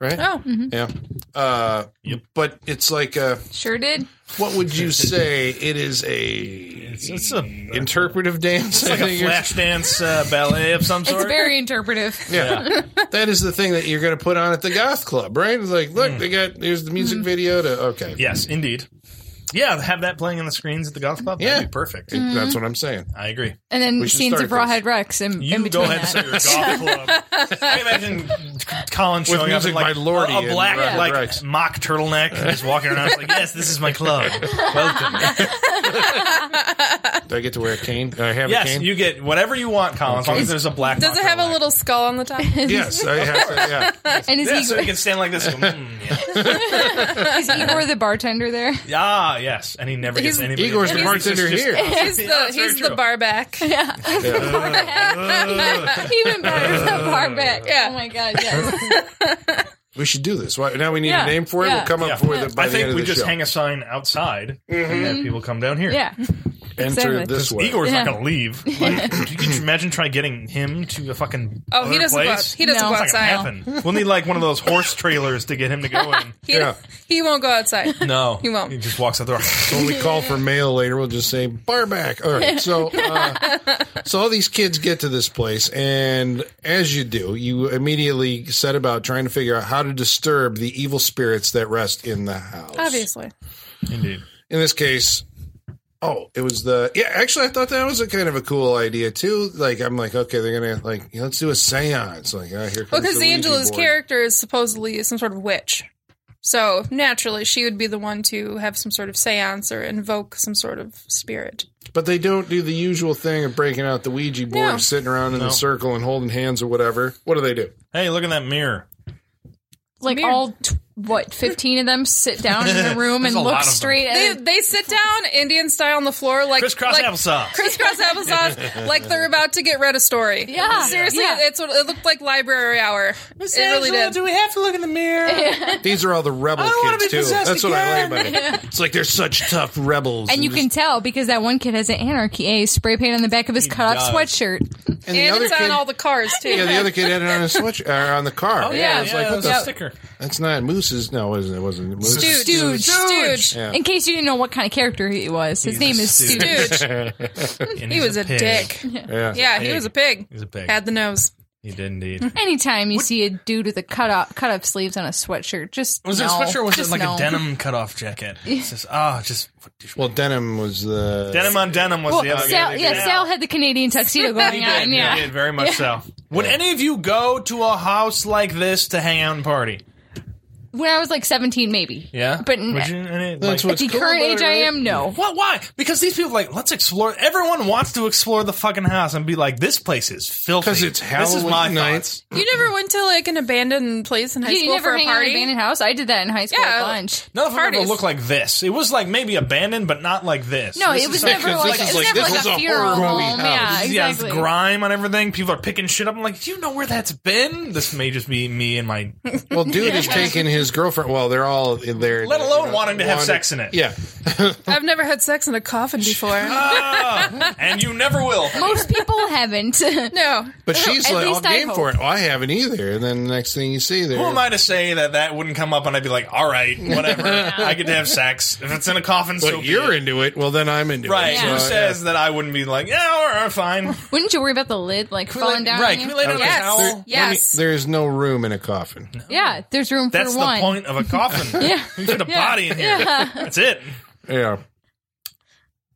right? Oh, Yeah. Uh, Yep. But it's like, uh, Sure did. what would you say? It is a It's, it's a it's interpretive dance. like I a think you're- flash dance uh, ballet of some sort. It's very interpretive. yeah. that is the thing that you're going to put on at the goth club, right? It's like, Mm. look, they got here's the music Mm-hmm. video to okay. yes, indeed. Yeah, have that playing on the screens at the goth club. Yeah. Mm. That'd be perfect. That's what I'm saying. I agree. And then We should scenes start of this. Rawhead Rex in, You in go between ahead and that. start your golf club. I imagine Colin showing up music in like by Lordi a, and a black Red like Rex. mock turtleneck and just walking around. It's like, yes, this is my club. Welcome. Do I get to wear a cane? Do I have a yes, cane? you get whatever you want, Colin, as long as there's a black. Does mock it have a turtleneck. little skull on the top? yes, I have to, yeah. And is Yeah, he so you can stand like this. And go, mm, yeah. Is Igor the bartender there? Ah, yes, and he never gets He's- anybody. Igor's to the drink. It's bartender just- here. He's Yeah, the that's very he's the true. bar back. Yeah. Even better, the bar back. Yeah. Oh my god, yes. We should do this. Why, now we need Yeah, a name for it. yeah. We'll come Yeah. up with it by I the end think of we the just show. hang a sign outside Mm-hmm. and have people come down here. Yeah. Enter exactly. this way. Igor's Yeah. not going to leave. Like, could you imagine trying getting him to a fucking Oh, he other doesn't go out- place? he doesn't No. go It's not outside. gonna happen. We'll need like one of those horse trailers to get him to go in. He, Yeah. he won't go outside. No, He won't. He just walks out the door. when we call for mail later, we'll just say bar back. All right. So, uh, so all these kids get to this place, and as you do, you immediately set about trying to figure out how to disturb the evil spirits that rest in the house. Obviously. Indeed. In this case, oh, it was the yeah. Actually, I thought that was a kind of a cool idea too. Like, I'm like, okay, they're gonna like yeah, let's do a séance. Like, oh, here comes Because the Ouija Angela's board. character is supposedly some sort of witch. So naturally, she would be the one to have some sort of seance or invoke some sort of spirit. But they don't do the usual thing of breaking out the Ouija board, No. sitting around in the circle and holding hands or whatever. What do they do? Hey, look at that mirror. Like Weird. all t- what, fifteen of them sit down in a room There's and a lot look of them. straight They, at they sit down Indian style on the floor like Crisscross like, applesauce. Crisscross applesauce, like they're about to get read a story. Yeah. seriously, Yeah. it's what it looked like library hour. it really did. we have to look in the mirror? These are all the rebel wanna kids be too. possessed That's what I like again. about it. It's like they're such tough rebels. and you can tell because that one kid has an anarchy a spray paint on the back of his cut off does. sweatshirt. just- and the And other it's on kid, all the cars too. yeah, the other kid had it on his switch or on the car. Oh, yeah, I yeah, was it's like, what the? a f- sticker. That's not Moose's. No, it wasn't. It wasn't Moose's. Stooge, Stooge, Stooge. Yeah. In case you didn't know what kind of character he was, his He's name a is stooge. Stu. And He he's was a pig. dick. Yeah. Yeah, he Pig. was a pig. He's a pig. Had the nose. He did indeed. Anytime you see a dude with a cut off cut off sleeves on a sweatshirt, just Was no, it a sweatshirt or was it Just like no. a denim cutoff jacket? It's just, ah, just. Well, denim was the Denim on denim was Well, the other Sal, yeah, Yeah. Sal had the Canadian tuxedo He going did, on. he Yeah. did, very much so. Would any of you go to a house like this to hang out and party? When I was like 17, maybe. Yeah, But Would you- and it, That's like- at the Cool, current but age I really- am, no. What? Why? Because these people are like let's explore. Everyone wants to explore the fucking house and be like, this place is filthy. 'Cause it's This is my Halloween night. thoughts. You never went to like an abandoned place in high You, you school never for a hang out in an party. abandoned house? I did that in high school Yeah. at lunch. None of them ever Parties. looked like this. It was like maybe abandoned, but not like this. No, This it is was like- never 'cause like, this it is was like- never this like is a a funeral horror home. movie Yeah, house. yeah, it's exactly. grime on everything. People are picking shit up. I'm like, do you know where that's been? This may just be me and my Well, dude is taking his his girlfriend. Well, they're all in there. Let alone wanting to have wanted- sex in it. Yeah, I've never had sex in a coffin before. Ah, and you never will. Most people haven't. no. but she's at like all least I game hope. for it. Well, I haven't either. And then the next thing you see, there. Who am I to say that that wouldn't come up and I'd be like, all right, whatever. I get to have sex. If it's in a coffin, But so be you're it. into it. Well, then I'm into Right. it. Who So, uh, says that I wouldn't be like, yeah, all right, fine. Wouldn't you worry about the lid like Can we falling lay- down? Right. on Can we you? lay down Yes. a towel? Yeah. Yes. There is no room in a coffin. yeah, there's room That's for the one. point of a coffin. Yeah. You put a Yeah. body in here. That's it. Yeah.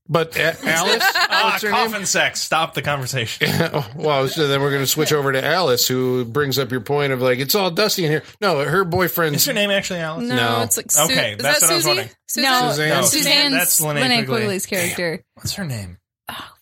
But A- Alice, Ah, what's her coffin name? sex. Stop the conversation. Oh, Well, so then we're going to switch over to Alice, who brings up your point of like it's all dusty in here. No, her boyfriend's Is your name actually Alice? No, No. it's like Su- Okay, is that's that what I was Susie? wondering. Susan? No, Suzanne. Suzanne. No, Suzanne's that's Lynette Lynette Quigley. Quigley's character. What's her name?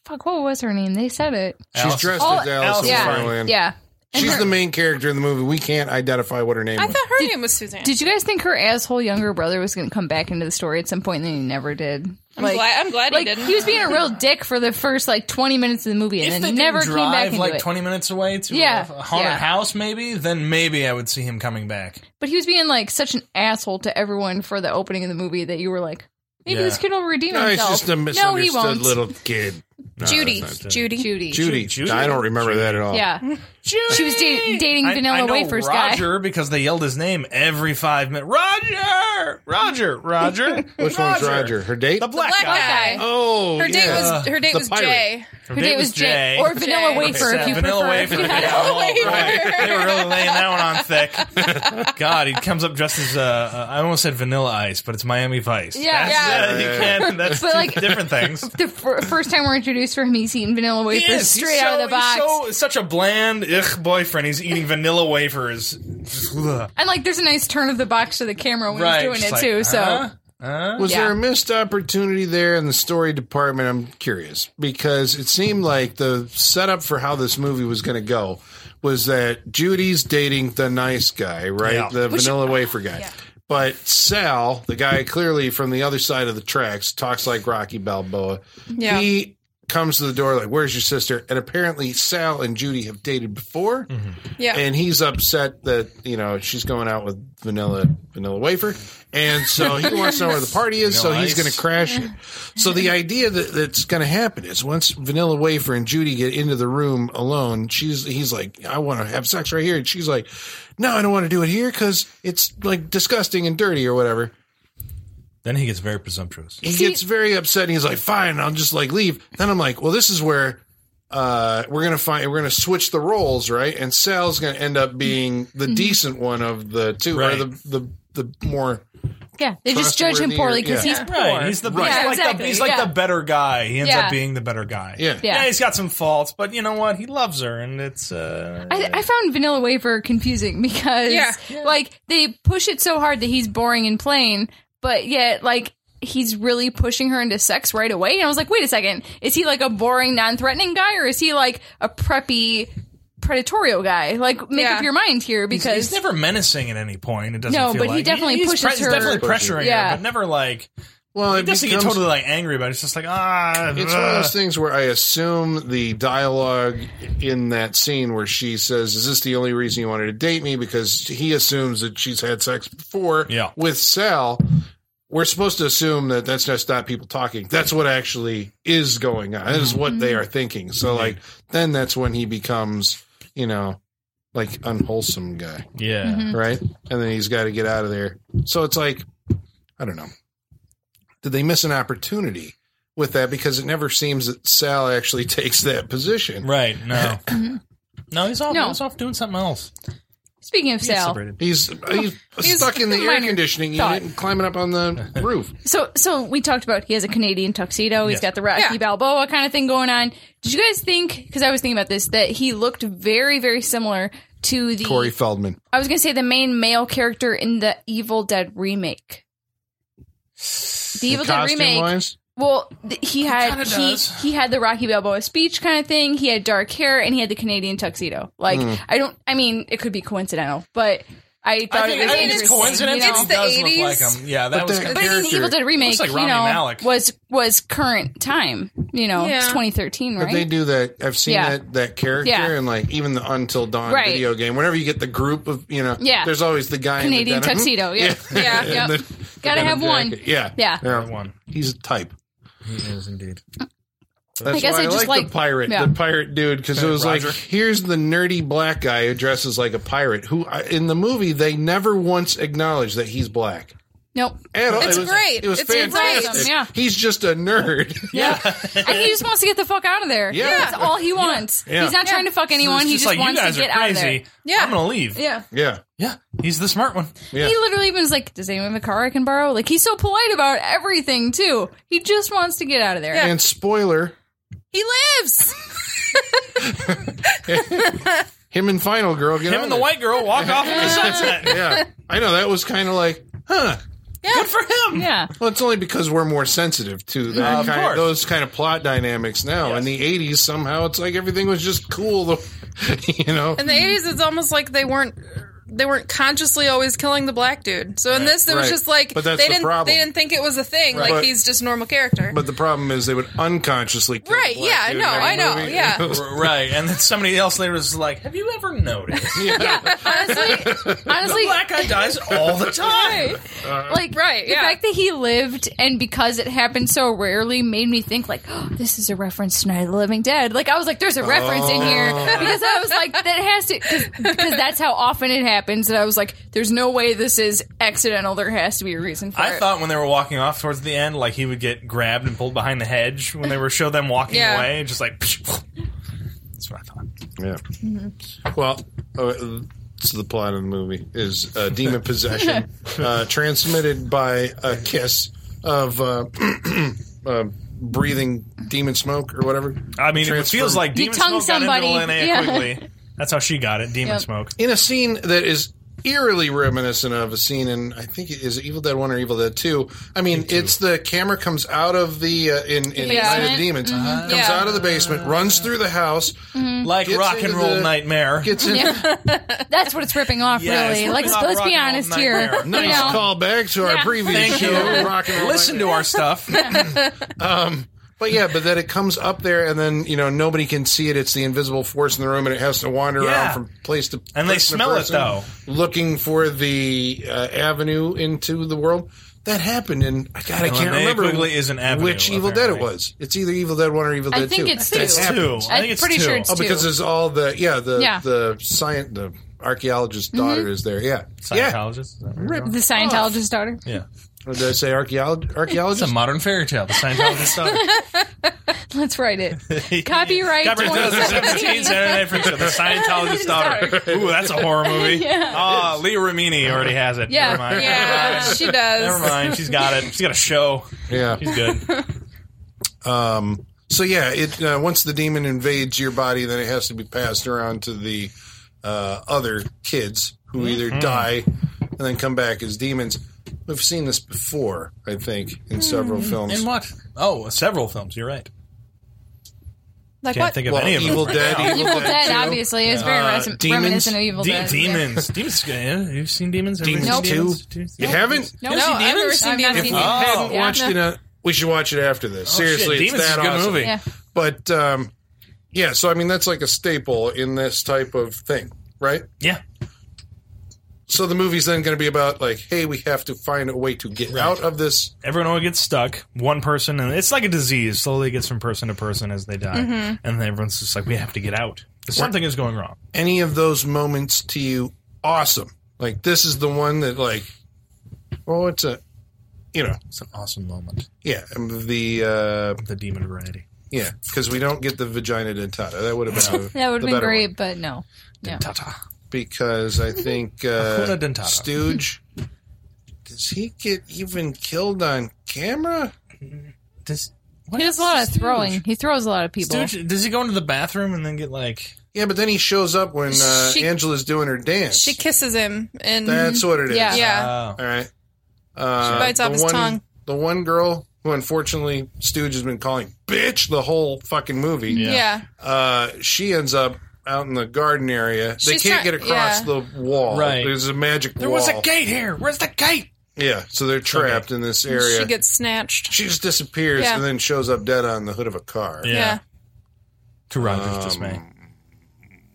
Fuck, what was her name? They said it. she's Alice. dressed Oh, as Alice in Alice is yeah, Wonderland. yeah. And She's her- the main character in the movie. We can't identify what her name I was. thought her name was Suzanne. Did you guys think her asshole younger brother was going to come back into the story at some point, and then he never did? I'm glad. I'm glad like he didn't. was being a real dick for the first like 20 minutes of the movie, and If they then never didn't came back drive into like it. 20 minutes away to Yeah. a haunted Yeah. house, maybe, then maybe I would see him coming back. But he was being like such an asshole to everyone for the opening of the movie that you were like, maybe Yeah. this kid will redeem No, he's himself. just a no, he misunderstood won't. little kid. No, Judy. that's not Judy. Judy. Judy. Judy. I don't remember that at all. Yeah, she was dating, dating Vanilla know Wafers guy. Roger because they yelled his name every five minutes. Roger, Roger, Roger. Which one's Roger? Her date? The black, Black guy. guy. oh, Her date yeah. was her date The was pirate. Jay. Her Her date was Jay, or Vanilla Jay. Wafer, if you vanilla prefer. wafer. Yeah, all right. They were really laying that one on thick. God, he comes up dressed as uh, uh, I almost said Vanilla Ice, but it's Miami Vice. Yeah. that's, uh, Yeah. you can't- that's But, two like- different things. The fir- first time we're introduced for him, he's eating Vanilla He Wafers is. He's straight out so- of the box. He's so, such a bland ugh, boyfriend. He's eating vanilla wafers. Just, ugh. And like, there's a nice turn of the box to the camera when he's doing Just it like, uh-huh. too. So huh? Was Yeah. there a missed opportunity there in the story department? I'm curious because it seemed like the setup for how this movie was going to go was that Judy's dating the nice guy, right? Yeah. The vanilla wafer guy. But Sal, the guy clearly from the other side of the tracks, talks like Rocky Balboa. Yeah. He comes to the door like, "Where's your sister?" And apparently, Sal and Judy have dated before Yeah. and he's upset that you know she's going out with vanilla vanilla wafer and so he wants to know where the party is so Vanilla he's ice. going to crash it so the idea that, that's going to happen is once vanilla wafer and judy get into the room alone she's he's like i want to have sex right here and she's like no i don't want to do it here because it's like disgusting and dirty or whatever Then he gets very presumptuous. he gets very upset and he's like fine i'll just like leave then i'm like well this is where uh, we're gonna find we're gonna switch the roles right and sal's gonna end up being the decent one of the two Mm-hmm. Right. or the, the the more yeah, they just judge him Trustworthy or- poorly because yeah. he's poor. Right, he's the Right. he's Yeah, like, the, exactly, he's like yeah. the better guy. He ends Yeah. up being the better guy. Yeah. Yeah. he's got some faults, but you know what? He loves her, and it's uh, I, I found Vanilla Wafer confusing because, Yeah. like, they push it so hard that he's boring and plain, but yet, like, he's really pushing her into sex right away. And I was like, wait a second, is he like a boring, non-threatening guy, or is he like a preppy, predatorial guy? Like, make Yeah. up your mind here he's, because he's never menacing at any point. It doesn't. No, feel but he like. definitely he's pushes pre- he's her. definitely pressuring Yeah. her, but never like well he it doesn't get becomes- totally like angry about. it. It's just like ah, it's ugh. one of those things where I assume the dialogue in that scene where she says, "Is this the only reason you wanted to date me?" Because he assumes that she's had sex before Yeah. with Sal. We're supposed to assume that that's just not people talking. That's what actually is going on. That is what they are thinking. So, like, then that's when he becomes, you know, like unwholesome guy, yeah. Mm-hmm. right? And then he's got to get out of there. So it's like, I don't know. Did they miss an opportunity with that? Because it never seems that Sal actually takes that position. Right. No. no, he's off. Mm-hmm. No. He's off doing something else. speaking of Sal, He's, he's, stuck in the air minor conditioning thought. unit and climbing up on the roof. So, so we talked about he has a Canadian tuxedo. He's Yes. got the Rocky Yeah. Balboa kind of thing going on. Did you guys think? Because I was thinking about this that he looked very, very similar to the Corey Feldman. I was gonna say the main male character in the Evil Dead remake. The Evil Dead Costume remake. wise, Well, th- he had kinda he, does. he had the Rocky Balboa speech kind of thing. Hmm. He had dark hair and he had the Canadian tuxedo. Like I don't. I mean, it could be coincidental, but I thought I think, it was I think it's interesting, coincidence. You know? It's It the does look 80s. like him. Yeah, that But was the- kind But of even Evil Dead remake, like you Rami know, Malek. was was current time. You know, Yeah. it's 2013, right? But they do that. I've seen Yeah. that that character Yeah. and like even the Until Dawn Right. video game. Whenever you get the group of you know, Yeah. there's always the guy Canadian in the denim. tuxedo, yeah. Yeah. And Yep. the- the Gotta denim have one. jacket. Yeah, Yeah. one. He's a type. He is indeed. That's guess why I I just like, like- the pirate, yeah. the pirate dude, because it was Roger. like, here's the nerdy black guy who dresses like a pirate. Who I- in the movie they never once acknowledge that he's black. nope. At all. It's it was, great. It was It's fantastic. awesome, yeah. He's just a nerd. Yeah. and he just wants to get the fuck out of there. Yeah. That's all he wants. Yeah. He's not trying to fuck anyone. It's he just like, wants you to guys get are out of crazy. there. Yeah. I'm gonna leave. Yeah. yeah. Yeah, he's the smart one. Yeah. He literally was like, "Does anyone have a car I can borrow?" Like he's so polite about everything too. He just wants to get out of there. And spoiler, He lives. him and Final Girl get Him out and of the it. white girl walk off in the sunset. Yeah, I know that was kind of like, huh. Good for him. Yeah. Well, it's only because we're more sensitive to that of kind course. those kind of plot dynamics now. In the '80s, somehow it's like everything was just cool, the- you know. In the eighties, it's almost like they weren't they weren't consciously always killing the black dude. So in this, it was Right. just like But that's they the didn't problem. they didn't think it was a thing. Like But- he's just a normal character. But the problem is they would unconsciously kill Right, the black yeah, I dude know, in every I know, movie. yeah. It was- Right, and then somebody else later was like, "Have you ever noticed Honestly, honestly, black guy dies all the time?" like Right, the yeah. fact that he lived and because it happened so rarely made me think like oh, this is a reference to Night of the Living Dead like I was like there's a reference in here Oh. because I was like that has to because that's how often it happens and I was like there's no way this is accidental there has to be a reason for I it thought when they were walking off towards the end, like he would get grabbed and pulled behind the hedge when they were show them walking Yeah. away, just like. That's what I thought. Yeah. Mm-hmm. Well, uh, so the plot of the movie is uh, demon possession uh, transmitted by a kiss of uh, uh, breathing demon smoke or whatever. I mean, it Transform- feels like You demon tongue smoke somebody. got into Linnea somebody. Yeah. quickly. That's how she got it. Demon Yep. smoke. in a scene that is eerily reminiscent of a scene in I think it is Evil Dead One or Evil Dead Two. I mean, it's the camera comes out of the uh, in in Yeah. Night of the Demons comes Yeah. out of the basement, runs through the house, Mm. Like Gets rock and into roll the- nightmare. gets in. Mm-hmm. that's what it's ripping off Yeah, it's really like ripping off let's Rock be and Roll honest Nightmare. here you Nice know? call back to our previous Thank show. you. Rock and roll Listen to our stuff. But yeah, but that it comes up there, and then you know nobody can see it. It's the invisible force in the room, and it has to wander Yeah. around from place to And they person to smell it, person, though. looking for the uh, avenue into the world. That happened, and I God, I Well, can't they remember quickly is an avenue, which Evil Dead it apparently. was. It's either Evil Dead One or Evil I Dead think Two. it's That's two. happened. Two. I I'm think it's pretty two. sure it's Oh, because two there's all the yeah the Yeah. Mm-hmm. the science the archaeologist's daughter is there. Yeah, yeah. Scientologist. Is that where you're the going? Scientologist daughter Yeah. Did I say archaeologist? It's a Archaeologist. modern fairy tale. The Scientologist stuff. let's write it copyright Copyright 2017 2017 Saturday Night Freak Show. The Scientologist daughter. Ooh, that's a horror movie. Ah, Leah Remini already has it. Yeah. Never mind. yeah, she does. Never mind. She's got it. She's got a show. Yeah. She's good. Um, so yeah, it uh, once the demon invades your body, then it has to be passed around to the uh, other kids who Mm-hmm. either die and then come back as demons. We've seen this before, I think, in several Mm. films. In what? Oh, several films. You're right. Like Can't what? think of well, any of them. Evil right Dead, now. Evil, Evil Dead, Dead 2, obviously is very Uh, res- demons? reminiscent of Evil De- Dead yeah. demons. Demons. is good. Yeah, You've seen Demons? Demons Everybody's seen Two. Demons? Demons? You haven't? No, no, I've never Demons? seen I've not Demons. seen We Oh. haven't Yeah. watched it. uh, we should watch it after this. Oh, Seriously, shit. it's Demons is that a good awesome. movie. Yeah. But um, yeah, so I mean, that's like a staple in this type of thing, right? Yeah. so the movie's then going to be about like, hey, we have to find a way to get out of this. Everyone always gets stuck. One person, and it's like a disease. Slowly gets from person to person as they die, and then everyone's just like, "We have to get out. Something is going wrong." Any of those moments to you, awesome. Like this is the one that like, well, it's a, you know, It's an awesome moment. yeah, the uh The demon variety. yeah, because we don't get the vagina dentata. That would have been a, That would the have been better great, one. but no. Yeah. Ta-ta. because I think Hakuna uh, dentata. Stooge. Does he get even killed on camera? Does what He does is a lot of Stooge? throwing. He throws a lot of people. Stooge, does he go into the bathroom and then get like? Yeah, but then he shows up when uh, She- Angela's doing her dance. She kisses him and That's what it is. Yeah. yeah. Oh. All right. Uh, She bites the off his one, tongue. The one girl who, unfortunately, Stooge has been calling bitch the whole fucking movie. yeah. Uh, she ends up out in the garden area. They She's can't try- get across yeah. the wall. Right. There's a magic There wall. was a gate here. Where's the gate? Yeah, so they're trapped in this area. She gets snatched. She just disappears Yeah. and then shows up dead on the hood of a car. Yeah. To Roger's dismay.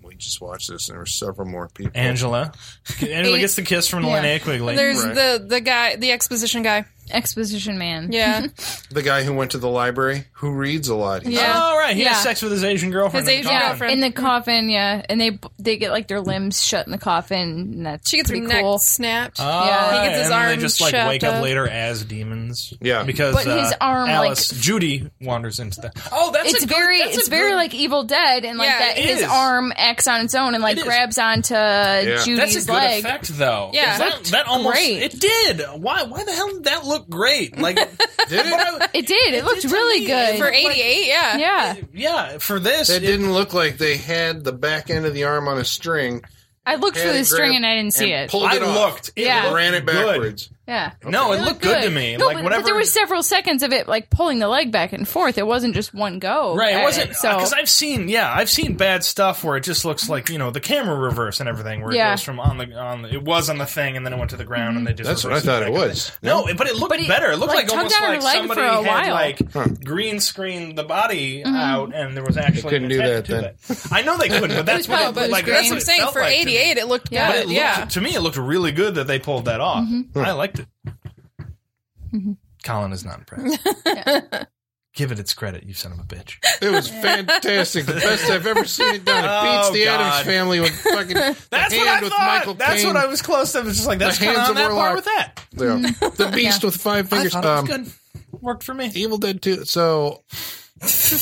We just watched this, and there were several more people. Angela. Angela Eight. gets the kiss from Linnea Quigley. There's Right. the the guy, the exposition guy. Exposition man. Yeah. the guy who went to the library, who reads a lot. He's- Yeah. Oh, right. He Yeah. has sex with his Asian girlfriend. His in the coffin. Asian Yeah, Girlfriend. in the coffin, yeah, and they they get like their limbs shut in the coffin, and that's She gets her pretty neck cool. snapped. Oh, Yeah. He gets his and then arm They just like wake chopped up up. later as demons. Yeah. because But his uh, arm, like- Alice Judy wanders into the. Oh, that's It's a good- very, that's a it's very good- like Evil Dead, and like Yeah, that it his is. arm acts on its own and It like is. grabs onto That's Judy's a good leg. effect, though. Yeah. Is that, that almost Great. it did. Why? Why the hell did that look great? Like, Did it? but I- It did. It, looked did to really me. good. For 88, yeah. yeah, yeah, for this, That it- didn't look like they had the back end of the arm on a string. I looked Had for the it string grabbed and I didn't see and it. Pulled I it off, looked. It Yeah. looked Ran it good. backwards. yeah. No, it looked good to me. No, like but, whenever but there were several seconds of it like pulling the leg back and forth. It wasn't just one go. Right, at it wasn't uh, so because I've seen yeah, I've seen bad stuff where it just looks like you know the camera reverse and everything where Yeah. it goes from on the on the, it was on the thing and then it went to the ground and they just That's what reversed I thought it back up. was. No, it- but it looked it, better. It looked like, like, almost tugged out her like leg somebody for a had while. like green screened the body out and there was actually couldn't an do that attack to then. it. I know they couldn't, but that's what No, it, but like that's that's what I'm it saying. felt For like to me. 88, it looked Yeah. good. But it looked, yeah. to me, it looked really good that they pulled that off. I liked it. Mm-hmm. Colin is not impressed. Give it its credit, you son of a bitch. It was fantastic. The best I've ever seen it done. It beats Oh, the God. Addams family with fucking That's the what hand I with thought. Michael that's Caine. what I was close to. It was just like that's The kind hands of of on that Warlock. part with that. Yeah. The beast with five I fingers. thought it was Um, good. Worked for me. Evil Dead 2. So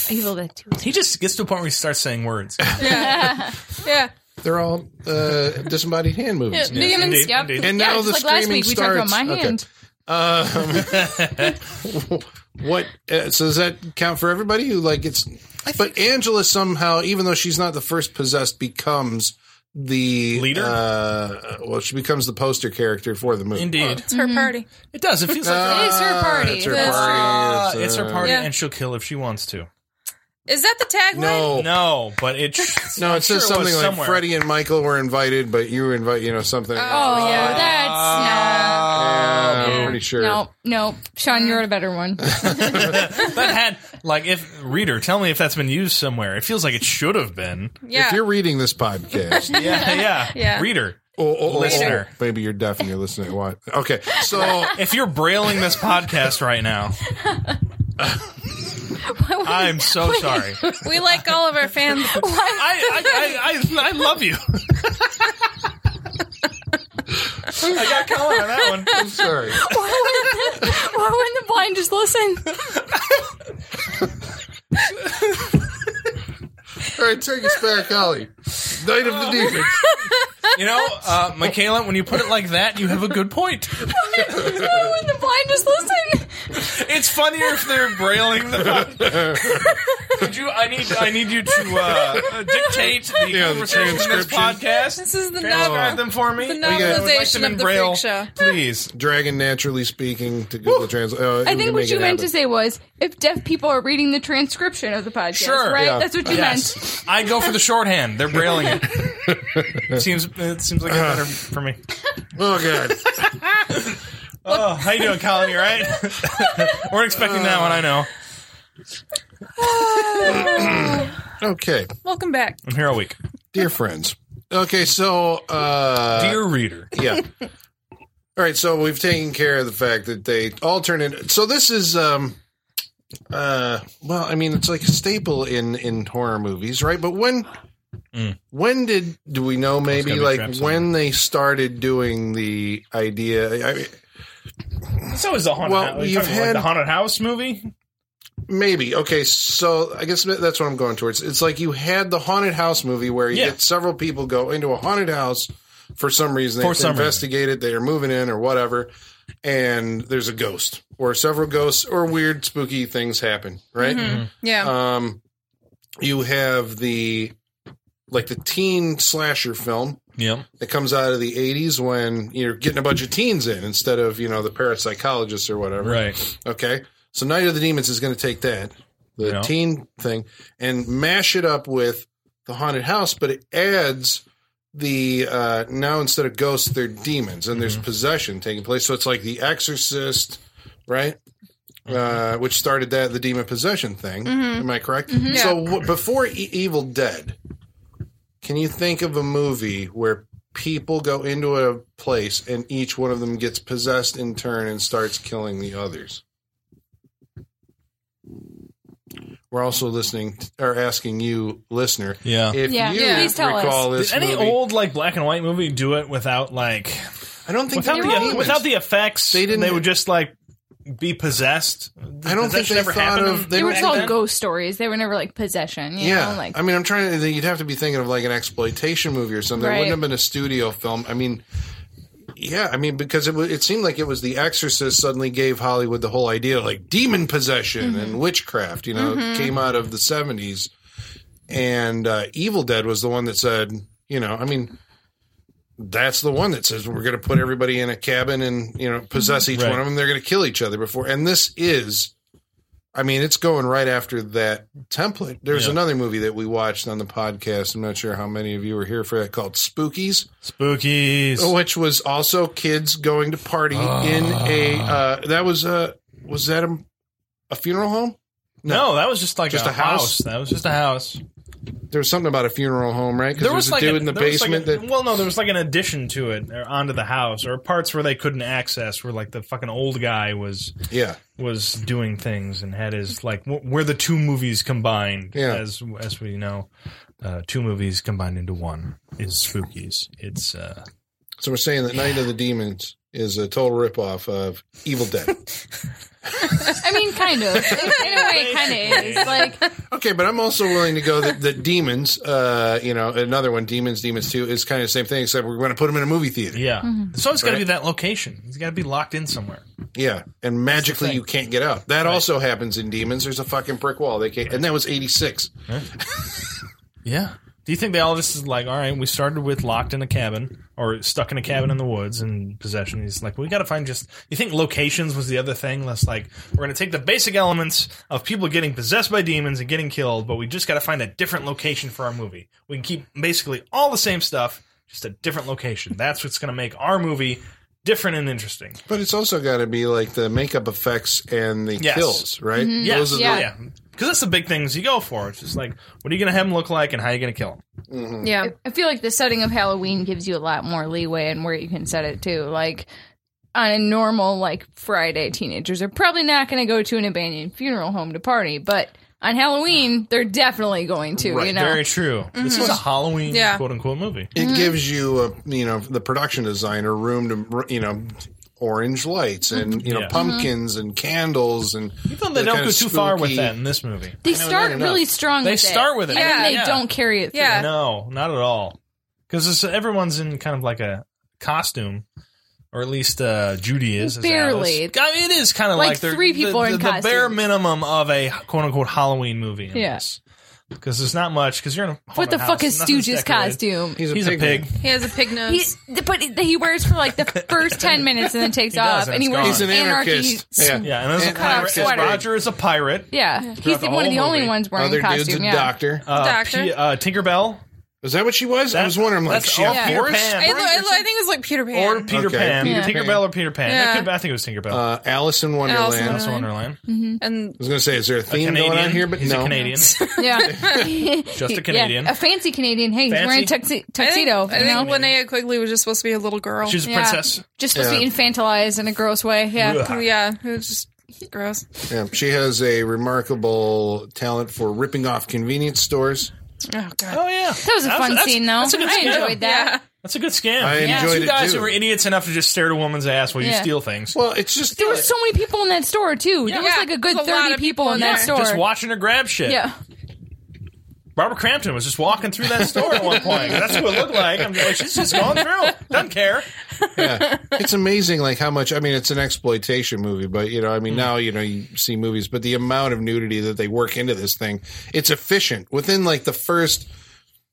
Evil Dead Two. He just gets to a point where he starts saying words. yeah. they're all uh, disembodied hand movies. Yeah. Demons, Indeed, yep. indeed. And Yeah, now just the like last screaming week we talked starts. about my Okay. hand. What? Uh, so does that count for everybody who like it's? But Angela somehow, even though she's not the first possessed, becomes the Leader? Uh, well, she becomes the poster character for the movie. Indeed, It's her party. it does. It feels Uh, like It is her party. It's her That's uh, party. it's her party, Yeah. and she'll kill if she wants to. Is that the tagline? No, Oh. no, No, but it. no. It sure says was something like somewhere. Freddie and Michael were invited, but you were invited. You know something. Oh, yeah, Uh, that's yeah, I'm pretty sure. no, no, no. Sean, you're a better one. that had like if reader, tell me if that's been used somewhere. It feels like it should have been. Yeah. If you're reading this podcast, Yeah, yeah, Yeah. Reader, oh, oh, oh, Listener. oh, maybe you're deaf and you're listening. Why? Okay, so if you're brailing this podcast right now, I'm so sorry. we like all of our fans. I, I, I, I, I love you. I got Colin on that one. sorry. Why wouldn't the blind just listen? All right, take us back, Ollie. Night of Oh. the Demons. You know, uh, Michaela, when you put it like that, you have a good point. Why wouldn't the blind just listen? It's funnier if they're brailing the. Could you? I need. I need you to uh, dictate the Yeah, the conversation in this transcription. podcast. this is the Transcribe novel. them for me. The I would like novelization them in of the braille, freak show. please. Dragon naturally speaking to Google Translate. Uh, I think what you meant to say was if deaf people are reading the transcription of the podcast, Sure. right? Yeah. That's what you meant. Yes, I go for the shorthand. They're brailing it. seems it seems like it's better for me. Oh god, Oh, how you doing, Colin? You all right? We're expecting that one. I know. okay, Welcome back. I'm here all week. dear friends. Okay, so uh, Dear reader, yeah. All right, so we've taken care of the fact that they all turn in. So this is, um, uh, well, I mean, it's like a staple in in horror movies, right? But when when did do we know? Maybe Mm. gotta be like trapped when they started doing the idea. I mean, it's always the haunted. Well, house. Are you you've talking about, like, had- the haunted house movie. Maybe. Okay, so I guess that's what I'm going towards. It's like you had the haunted house movie where you Yeah. get several people go into a haunted house for some reason. They For some investigate it. They're moving in or whatever, and there's a ghost or several ghosts or weird spooky things happen. Right. Mm-hmm. Uh, Yeah. Um, you have the like the teen slasher film Yeah, that comes out of the 80s when you're getting a bunch of teens in instead of you know the parapsychologists or whatever. right. Okay. So Night of the Demons is going to take that, the Yeah. teen thing, and mash it up with the haunted house, but it adds the uh, now instead of ghosts, they're demons, and there's possession taking place. So it's like The Exorcist, right? Uh, which started that the demon possession thing. Am I correct? So w- before e- Evil Dead, can you think of a movie where people go into a place and each one of them gets possessed in turn and starts killing the others? We're also listening t- or asking you, listener, Yeah. if Yeah. you Yeah. Please tell us. recall Did this any movie. old like black and white movie do it without like I don't think without they the did. without the effects? They They didn't- didn't. They would just like be possessed. I don't think Possession they ever thought happened of. in- They They were didn't- told then? ghost stories. They were never like possession. You Yeah, know? like I mean, I'm trying to. You'd have to be thinking of like an exploitation movie or something. It Right. wouldn't have been a studio film. I mean, yeah, I mean because it wa- it seemed like it was The Exorcist suddenly gave Hollywood the whole idea of like demon possession Mm-hmm. and witchcraft. You know, it came out of the 70s, and uh, Evil Dead was the one that said, you know, I mean. That's the one that says we're going to put everybody in a cabin and you know possess each Right. one of them. They're going to kill each other before, and this is I mean, it's going right after that template. There's Yeah. another movie that we watched on the podcast. I'm not sure how many of you were here for that called Spookies, Spookies. which was also kids going to party in Ah. a. Uh, that was a. Was that a, a funeral home? no. that was just like Just a, a house? house. That was just a house. There was something about a funeral home, right? Because there was, a like dude a- in the there was, basement like, a- that. well, no, there was like an addition to it or onto the house or parts where they couldn't access, where like the fucking old guy was Yeah, was doing things and had his like w- where the two movies combined Yeah. as as we know uh, two movies combined into one is spookies it's uh so we're saying that Night of the Demons is a total ripoff of Evil Dead. I mean, kind of. In a way, it kind of is. Like, Okay, but I'm also willing to go that, that demons, uh, you know, another one, demons, demons two, is kind of the same thing, except we're going to put them in a movie theater. yeah so it's got to Right. be that location he's got to be locked in somewhere Yeah, and magically thing. you can't get out. That also happens in demons. There's a fucking brick wall. They can't, and that was '86. yeah do you think that all this is like all right we started with locked in a cabin or stuck in a cabin in the woods and possession he's like we got to find just you think locations was the other thing less like we're going to take the basic elements of people getting possessed by demons and getting killed but we just got to find a different location for our movie we can keep basically all the same stuff just a different location that's what's going to make our movie different and interesting But it's also got to be like the makeup effects and the Yes. Mm-hmm. kills, right? yeah Those are the- yeah because that's the big things you go for it's just like what are you going to have them look like and how are you going to kill them Yeah. I feel like the setting of Halloween gives you a lot more leeway and where you can set it too. Like, on a normal like Friday, teenagers are probably not going to go to an abandoned funeral home to party, but on Halloween, they're definitely going to. Right, you know, Very true. Mm-hmm. This is a Halloween Yeah. quote unquote movie. It gives you, a, you know, the production designer room to, you know, orange lights and you know Yeah. pumpkins and candles and. Even though they the don't kind go of too far with spooky- that in this movie. they know, start no, no, no. really strong. They with start with it. and then they Yeah. don't carry it. Through. Yeah. No, not at all. Because everyone's in kind of like a costume, or at least uh, Judy is. as Barely. Alice. I mean, it is kind of Like like, they're- three people the, are in the, the bare costumes. minimum of a quote unquote Halloween movie. Yeah. Yes. Because there's not much. Because you're in a What haunted the fuck house, is nothing's Stooge's decorated. costume? He's a pig. He has a pig nose. He, th- but it- he wears for like the first ten minutes and then takes He does, off, and and he it's wears gone. He's an anarchy. anarchist. s- Yeah, and there's a And- pirate. Cut-off sweater. Roger is a pirate. yeah. the He's the, one of whole the only movie. ones wearing Other a dude's costume. a Yeah. doctor. Uh, Doctor. P- uh, Tinkerbell. Is that what she was? I That- was wondering. I'm like, that's she a all Peter horse? Pan. I, lo- I lo- I think it's like Peter Pan. Or Peter Okay, Pan. Peter Tinkerbell Pan. or Peter Pan. That Yeah. could be- I think it was Tinkerbell. Uh, Alice in Wonderland. Alice in Alice in Wonderland. I and was going to say, is there a theme Canadian. going on here? But He's no. a Canadian. Yeah. Just a Canadian. a fancy Canadian. Hey, he's Fancy. wearing a tuxi- I think, tuxedo. I you know? think Linnea Quigley was just supposed to be a little girl. She's a Yeah. princess. Just supposed to Yeah. be infantilized in a gross way. Yeah. Ugh. Oh, yeah, it was just gross. Yeah, she has a remarkable talent for ripping off convenience stores. Oh god. Oh yeah, That was a fun scene, though. That's a good I scam. enjoyed that. That's a good scam. I Yeah. enjoyed Two it, guys too. who were idiots enough to just stare at a woman's ass while you Yeah. steal things. Well, it's just There were so many people in that store, too. There was Yeah. like a good There's a lot 30 of people, people in in that there. store. Just watching her grab shit. Yeah. Barbara Crampton was just walking through that store at one point. That's what it looked like. I'm just like, she's just going through. Doesn't care. it's amazing, like how much. I mean, it's an exploitation movie, but you know, I mean, Mm. now you know you see movies, but the amount of nudity that they work into this thing, it's efficient within like the first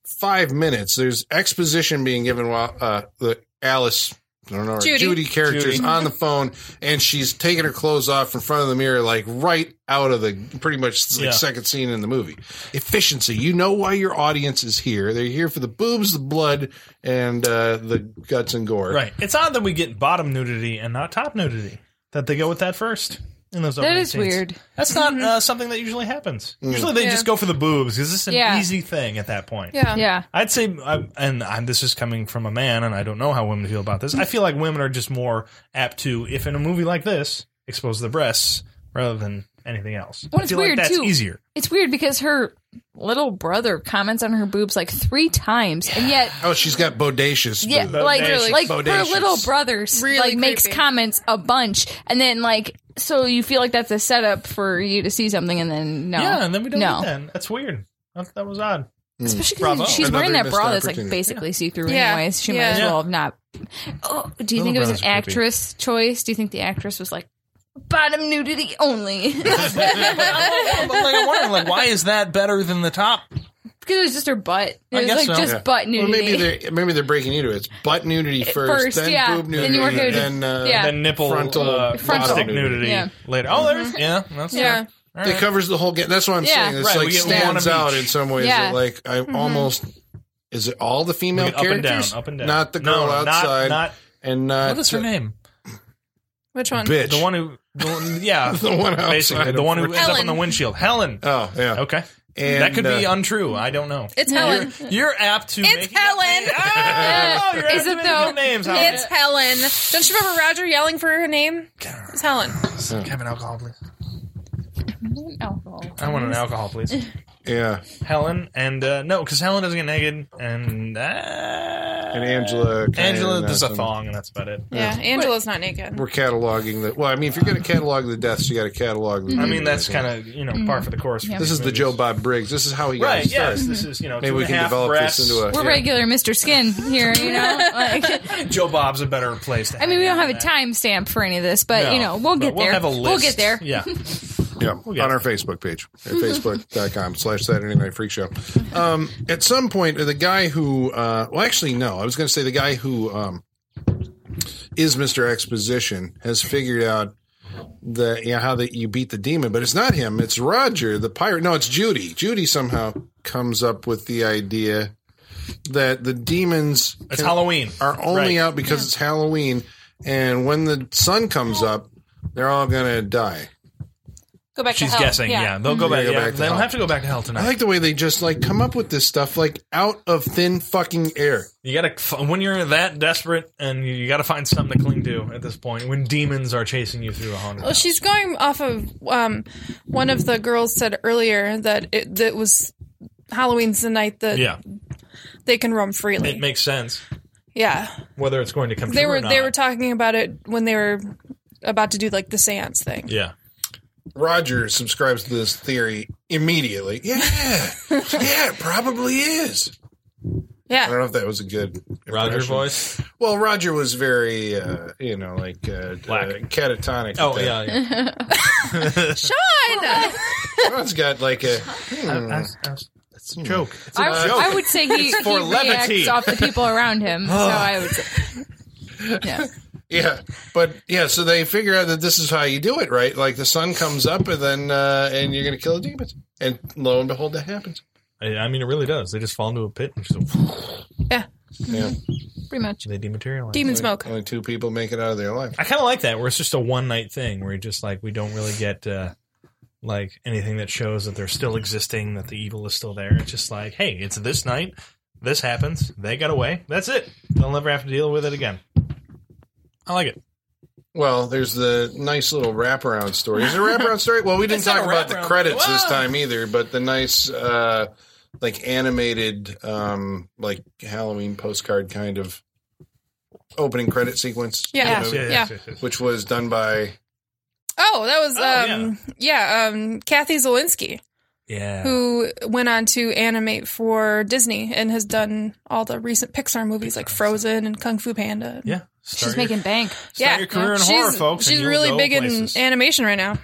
five minutes. There's exposition being given while uh, the Alice I don't know, her Judy. Judy, characters Judy. on the phone, and she's taking her clothes off in front of the mirror, like right out of the pretty much like Yeah. second scene in the movie. Efficiency. You know why your audience is here. They're here for the boobs, the blood, and uh, the guts and gore. Right. It's odd that we get bottom nudity and not top nudity. That they go with that first in those. That opening is scenes. weird. That's not Mm-hmm. uh, something that usually happens. Usually they Yeah. just go for the boobs because it's an Mm. Yeah. easy thing at that point. Yeah. Yeah. I'd say, I, and I'm, this is coming from a man, and I don't know how women feel about this. I feel like women are just more apt to, if in a movie like this, expose the breasts rather than anything else. Well, I it's feel weird, like that's too. easier. It's weird because her little brother comments on her boobs like three times, and yet, Oh, she's got bodacious. yeah, boobs. like Bodacious. like Bodacious. her little brother s- Really like makes creepy. comments a bunch, and then like so you feel like that's a setup for you to see something, and then no, Yeah, and then we don't no, get that. That's weird. That, that was odd. especially Bravo. because she's Another wearing that missed bra that's like opportunity. basically see through, Yeah. anyways. She Yeah. might as Yeah. well have not. Oh, do you Little think it was brothers an are creepy. actress choice? Do you think the actress was like bottom nudity only? because but like, I'm wondering, like, why is that better than the top? it was just her butt. It I was guess like so. just Yeah. butt Well, nudity. maybe they're maybe they're breaking into it. It's butt nudity first, first, then yeah. boob Then you nudity, work nudity. then uh, Yeah. Then nipple Frontal- uh, Frontal. plastic nudity Yeah. Mm-hmm. later. Oh, there's yeah, that's Yeah. All It right. covers the whole game. That's what I'm Yeah. saying. It's Right, we like get one stands of each. out in some ways. Yeah. Mm-hmm. It, Like I almost is it all the female Up and down, characters? up and down. Not the No, girl not- outside. not- and not What is her the name? Which one? Bitch. Uh, The one who, the one, yeah, The one outside. basically the one who ends up on Helen. the windshield. Helen. Oh yeah. Okay, And, that could be uh, untrue. I don't know. It's Helen. You're apt to. It's making up Helen. names. Oh, you're apt Is to it making though? up Names. Helen. It's Helen. Don't you remember Roger yelling for her name? It's Helen. Can I have an alcohol, please? alcohol. I want an alcohol, please. Yeah. Helen and uh, no, because Helen doesn't get naked, and uh, And and Angela. kinda Angela not does a some- thong, and that's about it. Yeah. Angela's not naked. We're cataloging the. Well, I mean, if you're going to catalog the deaths, you got to catalog. The I mean, that's kind of you know par for the course. for This is these the movies. Joe Bob Briggs. This is how he got Right. his start. Yes. This is you know. Maybe two we and a can half develop breasts. this into a. We're yeah. regular Mr. Skin here, you know. Like, Joe Bob's a better place. To I mean, we don't have a timestamp for any of this, but you know, we'll get we'll there. Have a list. We'll get there. Yeah. Yeah, on our Facebook page, at facebook.com slash Saturday Night Freak Show. Um, at some point, the guy who, uh, well, actually, no, I was going to say the guy who um, is Mr. Exposition has figured out the yeah how that you beat the demon, but it's not him. It's Roger, the pirate. No, it's Judy. Judy somehow comes up with the idea that the demons It's Halloween. are only Right. out because it's Halloween, and when the sun comes up, they're all going to die. Go back She's to hell. guessing. Yeah. They'll go back. go yeah, back to they don't hell. have to go back to hell tonight. I like the way they just like come up with this stuff like out of thin fucking air. you gotta f- when you're that desperate, and you, you gotta find something to cling to at this point. When demons are chasing you through a haunted. Well, house. she's going off of um, one of the girls said earlier that it that was Halloween's the night that yeah, they can roam it freely. makes sense yeah, whether it's going to come. they true were or not. they were talking about it when they were about to do like the séance thing. yeah. Roger subscribes to this theory immediately. Yeah. yeah, it probably is. I Yeah, don't know if that was a good Roger impression. voice. Well, Roger was very uh, you know, like uh, Black. uh catatonic. at Oh that. yeah. yeah. Sean's got like a That's- that's- that's a joke. It's a I, joke. I would say he, for he levity. reacts off the people around him. so I would say, yeah. Yeah, but yeah, so they figure out that this is how you do it, right? Like the sun comes up, and then uh, and you're going to kill the demons, and lo and behold, that happens. I, I mean, it really does. They just fall into a pit and just go, yeah, Yeah, Pretty much. they dematerialize. demon smoke. only two people make it out of their life. I kind of like that, where it's just a one night thing, where you just like we don't really get uh, like anything that shows that they're still existing, that the evil is still there. It's just like, hey, it's this night, this happens, they got away, that's it. They'll never have to deal with it again. I like it. Well, there's the nice little wraparound story. Is it a wraparound story? Well, we didn't It's not talk a about the wraparound. credits this Whoa. time either, but the nice uh, like animated um, like Halloween postcard kind of opening credit sequence, Yeah. you know, yes, which was done by Oh, that was Oh, um, yeah, um, Kathy Zelinsky, Yeah. who went on to animate for Disney and has done all the recent Pixar movies like Frozen and Kung Fu Panda. yeah. She's Start your- making bank. start your career in horror, she's, folks, and She's you'll really go big places. in animation right now.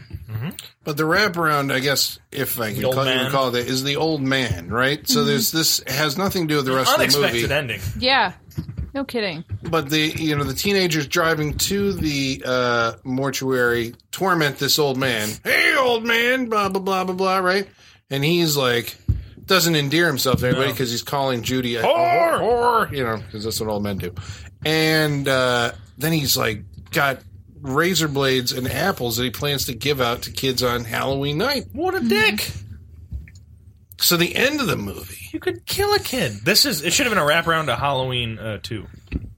But the wraparound, I guess, if I can old call, man. Mm-hmm. even call it that, is the old man, right? So there's this has nothing to do with the rest of the Unexpected eh? movie. ending. Yeah. No kidding. but the you know the teenagers driving to the uh, mortuary torment this old man. Hey, old man, blah blah blah blah blah. Right, and he's like doesn't endear himself to anybody because he's calling Judy a Whore! whore, whore, you know, because that's what old men do. And uh, then he's like got razor blades and apples that he plans to give out to kids on Halloween night. What a dick! So the end of the movie. You could kill a kid. This is it. Should have been a wraparound to Halloween uh, two.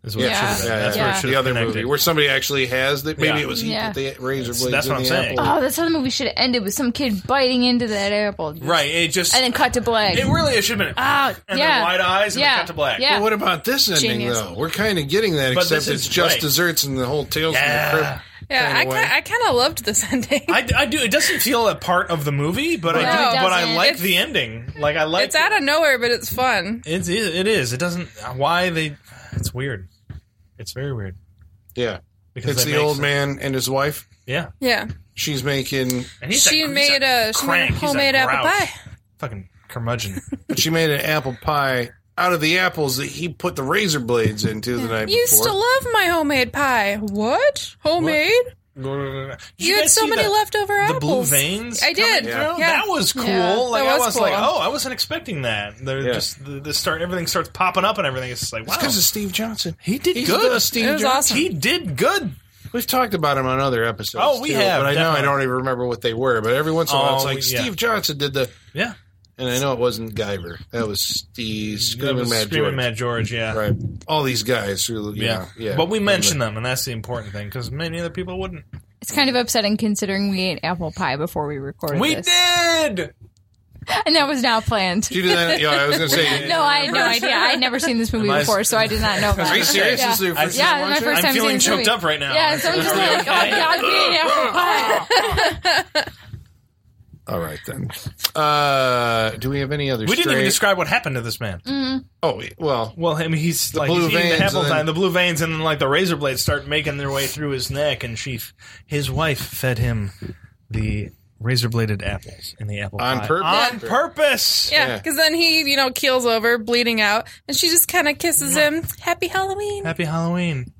Is what it Yeah. should have been. Yeah, that's yeah. where it should the have other connected. movie where somebody actually has that. Maybe Yeah. it was he Yeah. put the razor blades that's in what I'm the saying. apple. Oh, that's how the movie should have ended with some kid biting into that apple. right. It just And then cut to black. it really it should have been Ah, and yeah. then wide eyes and Yeah. then cut to black. Yeah. Well, what about this ending Genius. though? We're kind of getting that, But except this is it's just right. desserts and the whole tales Yeah. from the crib. Yeah, Kinda I, ki- way. I kind of loved this ending. I, I do. It doesn't feel a part of the movie, but I No, do, it but I doesn't. like It's- the ending. Like I like it's out of nowhere, but it's fun. It's it, it is. It doesn't. Why they? It's weird. It's very weird. Yeah, Because it's that the makes- old man and his wife. Yeah, Yeah, She's making, and he's she a, he's made a, she made crank. a He's homemade apple grouch. pie. Fucking curmudgeon. she made an apple pie out of the apples that he put the razor blades into the night You used before. to love my homemade pie. What homemade? Did you, You, had guys so see many the, leftover The apples. blue veins. I did. coming Yeah. through? Yeah. That was cool. Yeah, like that I was was like, cool. oh, I wasn't expecting that. They're Yeah. just the, the start. Everything starts popping up and everything. It's just like wow. because of Steve Johnson. He did He's good. the Steve It was Johnson. awesome. He did good. We've talked about him on other episodes. Oh, we too, have, But I know I definitely. don't even remember what they were. But every once in a while, it's Oh, like we- yeah. Steve Johnson did the, Yeah. and I know it wasn't Guyver. That was Steve That Screaming was Mad Screaming George. Mad George. Yeah. Right. All these guys who, you know, yeah. But we mentioned them, and that's the important thing because many other people wouldn't. It's kind of upsetting considering we ate apple pie before we recorded We this. did. And that was not planned. Did you do that? Yeah, I was going to say. No, I had no idea. I had never seen this movie Am I- before, so I did not know that. Are you serious? Yeah. This is your first Yeah, time my watching it? first I'm time feeling seeing the choked movie. up right now. Yeah, so I'm just like, oh god, we ate apple pie. All right then. Uh, do we have any other? we didn't even stray- describe what happened to this man. Mm. Oh wait, well, Well, I mean, he's like blue he's eating veins the apple and time, then- the blue veins, and then like the razor blades start making their way through his neck, and she, his wife, fed him the razor bladed apples in the apple On pie. purpose. On purpose. Yeah, because then he, you know, keels over, bleeding out, and she just kind of kisses him. Happy Halloween. Happy Halloween.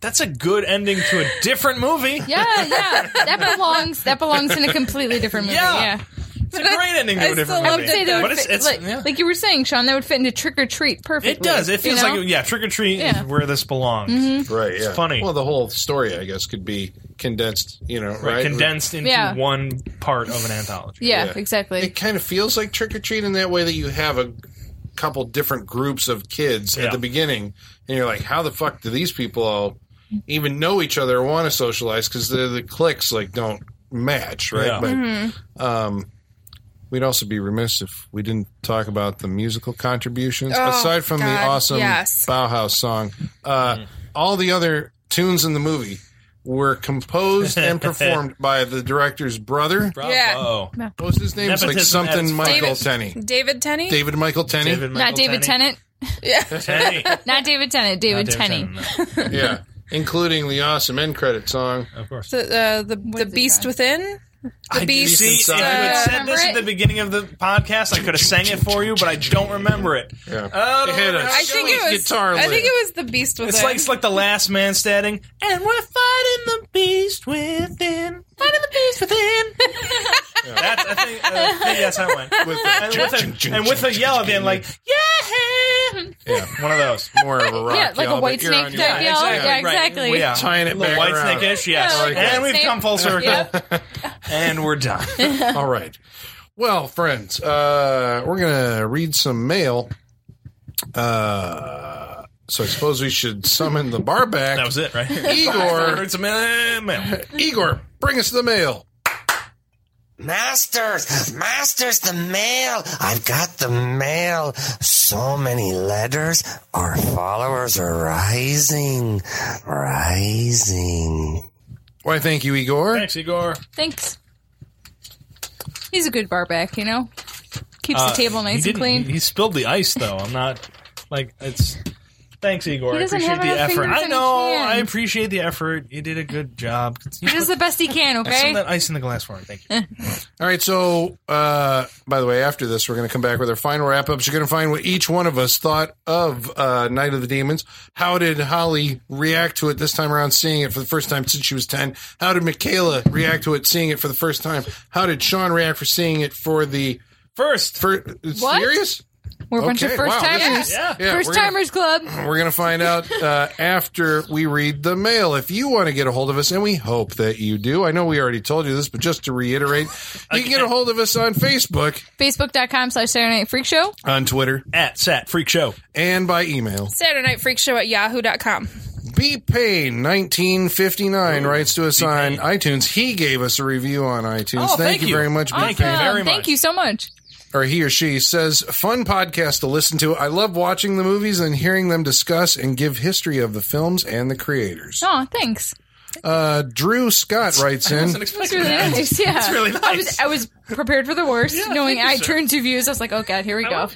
That's a good ending to a different movie. Yeah, yeah. That belongs that belongs in a completely different movie. Yeah. Yeah. It's a great ending to I a different still movie. loved it, though. but it's, it's like, yeah. like you were saying, Sean, that would fit into Trick or Treat perfectly. it does. It you feels know? like yeah, trick or treat Yeah. is where this belongs. right. Yeah. funny. Well, the whole story, I guess, could be condensed. You know, right? Right, condensed into Yeah. one part of an anthology. Yeah, Yeah. exactly. It kind of feels like trick or treat in that way that you have a couple different groups of kids Yeah. at the beginning, and you're like, how the fuck do these people all even know each other or want to socialize? Because the the cliques like don't match, right? Yeah. But Mm-hmm. um, we'd also be remiss if we didn't talk about the musical contributions Oh, aside from the God, awesome yes. Bauhaus song. Uh, Mm-hmm. All the other tunes in the movie were composed and performed by the director's brother. Bravo. Yeah. What was his name? It's like Nepotism at its something Michael finest. Tenney. David Tenney. David Michael Tenney. David Not Michael David Tenney. Tennant. Yeah. Tenney. Not Not David Tennant. David David Tennant. Tennant, no. Yeah. Including the awesome end credit song. Of course. The uh, the, the is it Beast called? Within. The Beast. See, if you had uh, said this at the beginning of the podcast, I could have sang it for you, but I don't remember it. Yeah. Oh, It had a I think sweet it was. guitar I lick. think it was the Beast Within. it's like it's like the last man standing, and we're fighting the beast within, fighting the beast within. That's I think, uh, I think that's how it went. with And with a, and with a yell at the end, like yeah, yeah, one of those. more of a rock Yeah, like yell, a but white you're snake on type your yell. own. Exactly, Yeah, right. exactly. Yeah. Tying it back White around. snake-ish, yes. Yeah, and like that. we've Snake. come full circle. And we're done. All right. Well, friends, uh, we're going to read some mail. Uh, so I suppose we should summon the bar back. That was it, right? Igor, It's a man- man. Igor, bring us the mail. Masters, masters, the mail. I've got the mail. So many letters. Our followers are rising, rising. Why, thank you, Igor. Thanks, Igor. Thanks. He's a good barback, you know. Keeps the table Uh, He nice and didn't- clean. He spilled the ice, though. I'm not like it's. Thanks, Igor. He I doesn't appreciate have the enough effort. fingers I in his know. I hand. appreciate the effort. You did a good job. Can He you does the best he can, put some okay? Eh. of that ice in the glass for me. Thank you. All right. So, uh, by the way, after this, we're going to come back with our final wrap ups. You're going to find what each one of us thought of uh, Night of the Demons. How did Holly react to it this time around, seeing it for the first time since she was 10? How did Michaela react to it, seeing it for the first time? How did Sean react for seeing it for the First, first? What? Serious? We're a bunch Okay, of first wow, this timers. is- yeah. Yeah, first we're gonna- timers club. We're going to find out uh, after we read the mail. If you want to get a hold of us, and we hope that you do, I know we already told you this, but just to reiterate, you can get a hold of us on Facebook, Facebook.com slash Saturday Night Freak Show. on Twitter, at Sat Freak Show. and by email. Saturday Night Freak Show at yahoo.com. B Payne 1959 writes to us on iTunes. He gave us a review on iTunes. Oh, thank you. very much, B Thank you Payne. very much. Thank you so much. or he or she says, fun podcast to listen to. I love watching the movies and hearing them discuss and give history of the films and the creators. Oh, thanks. Uh, Drew Scott writes in. Wasn't That's expecting really that. nice. Yeah. That's really nice. I was, I was prepared for the worst, Yeah, knowing thank you, sir. iTunes reviews. I was like, oh, God, here we go.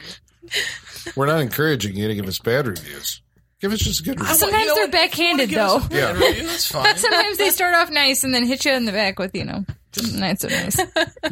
We're not encouraging you to give us bad reviews. Give us just a good review. Sometimes know they're what? If you wanna backhanded, give us though. a bad Yeah. review, That's fine. Sometimes they start off nice and then hit you in the back with, you know, just not so nice.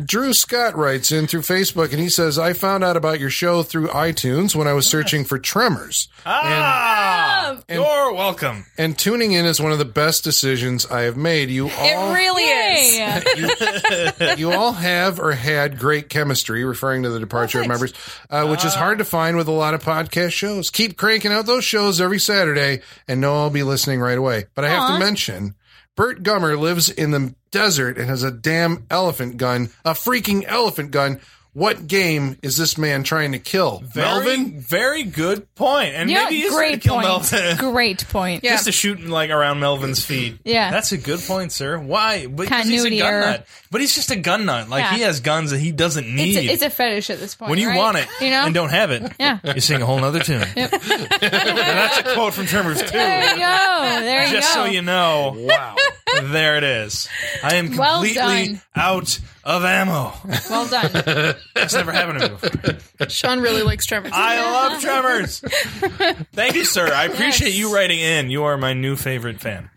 Drew Scott writes in through Facebook and he says, I found out about your show through iTunes when I was searching for Tremors. Ah, you're welcome. And tuning in is one of the best decisions I have made. You all It really is. Yeah. you all have or had great chemistry, referring to the departure of members, uh, which is hard to find with a lot of podcast shows. Keep cranking out those shows every Saturday, and know I'll be listening right away. But I have to mention, Bert Gummer lives in the desert and has a damn elephant gun, a freaking elephant gun. What game is this man trying to kill? Melvin? Very good point. And Yeah, maybe he's trying to great kill point. Melvin. Great point. Yeah. Just to shoot like around Melvin's feet. Yeah. that's a good point, sir. Why? Because Continuity he's a gun error. nut. But he's just a gun nut. Like Yeah. he has guns that he doesn't need. It's a, it's a fetish at this point. when you right? want it you know. and don't have it, Yeah. you sing a whole nother tune. And that's a quote from Tremors too. there you go. There you Just go. so you know. Wow. There it is. I am Well completely done. out of ammo. Well done. That's never happened to me before. Sean really likes Tremors. I love Tremors. Thank you, sir. I appreciate Yes. you writing in. You are my new favorite fan.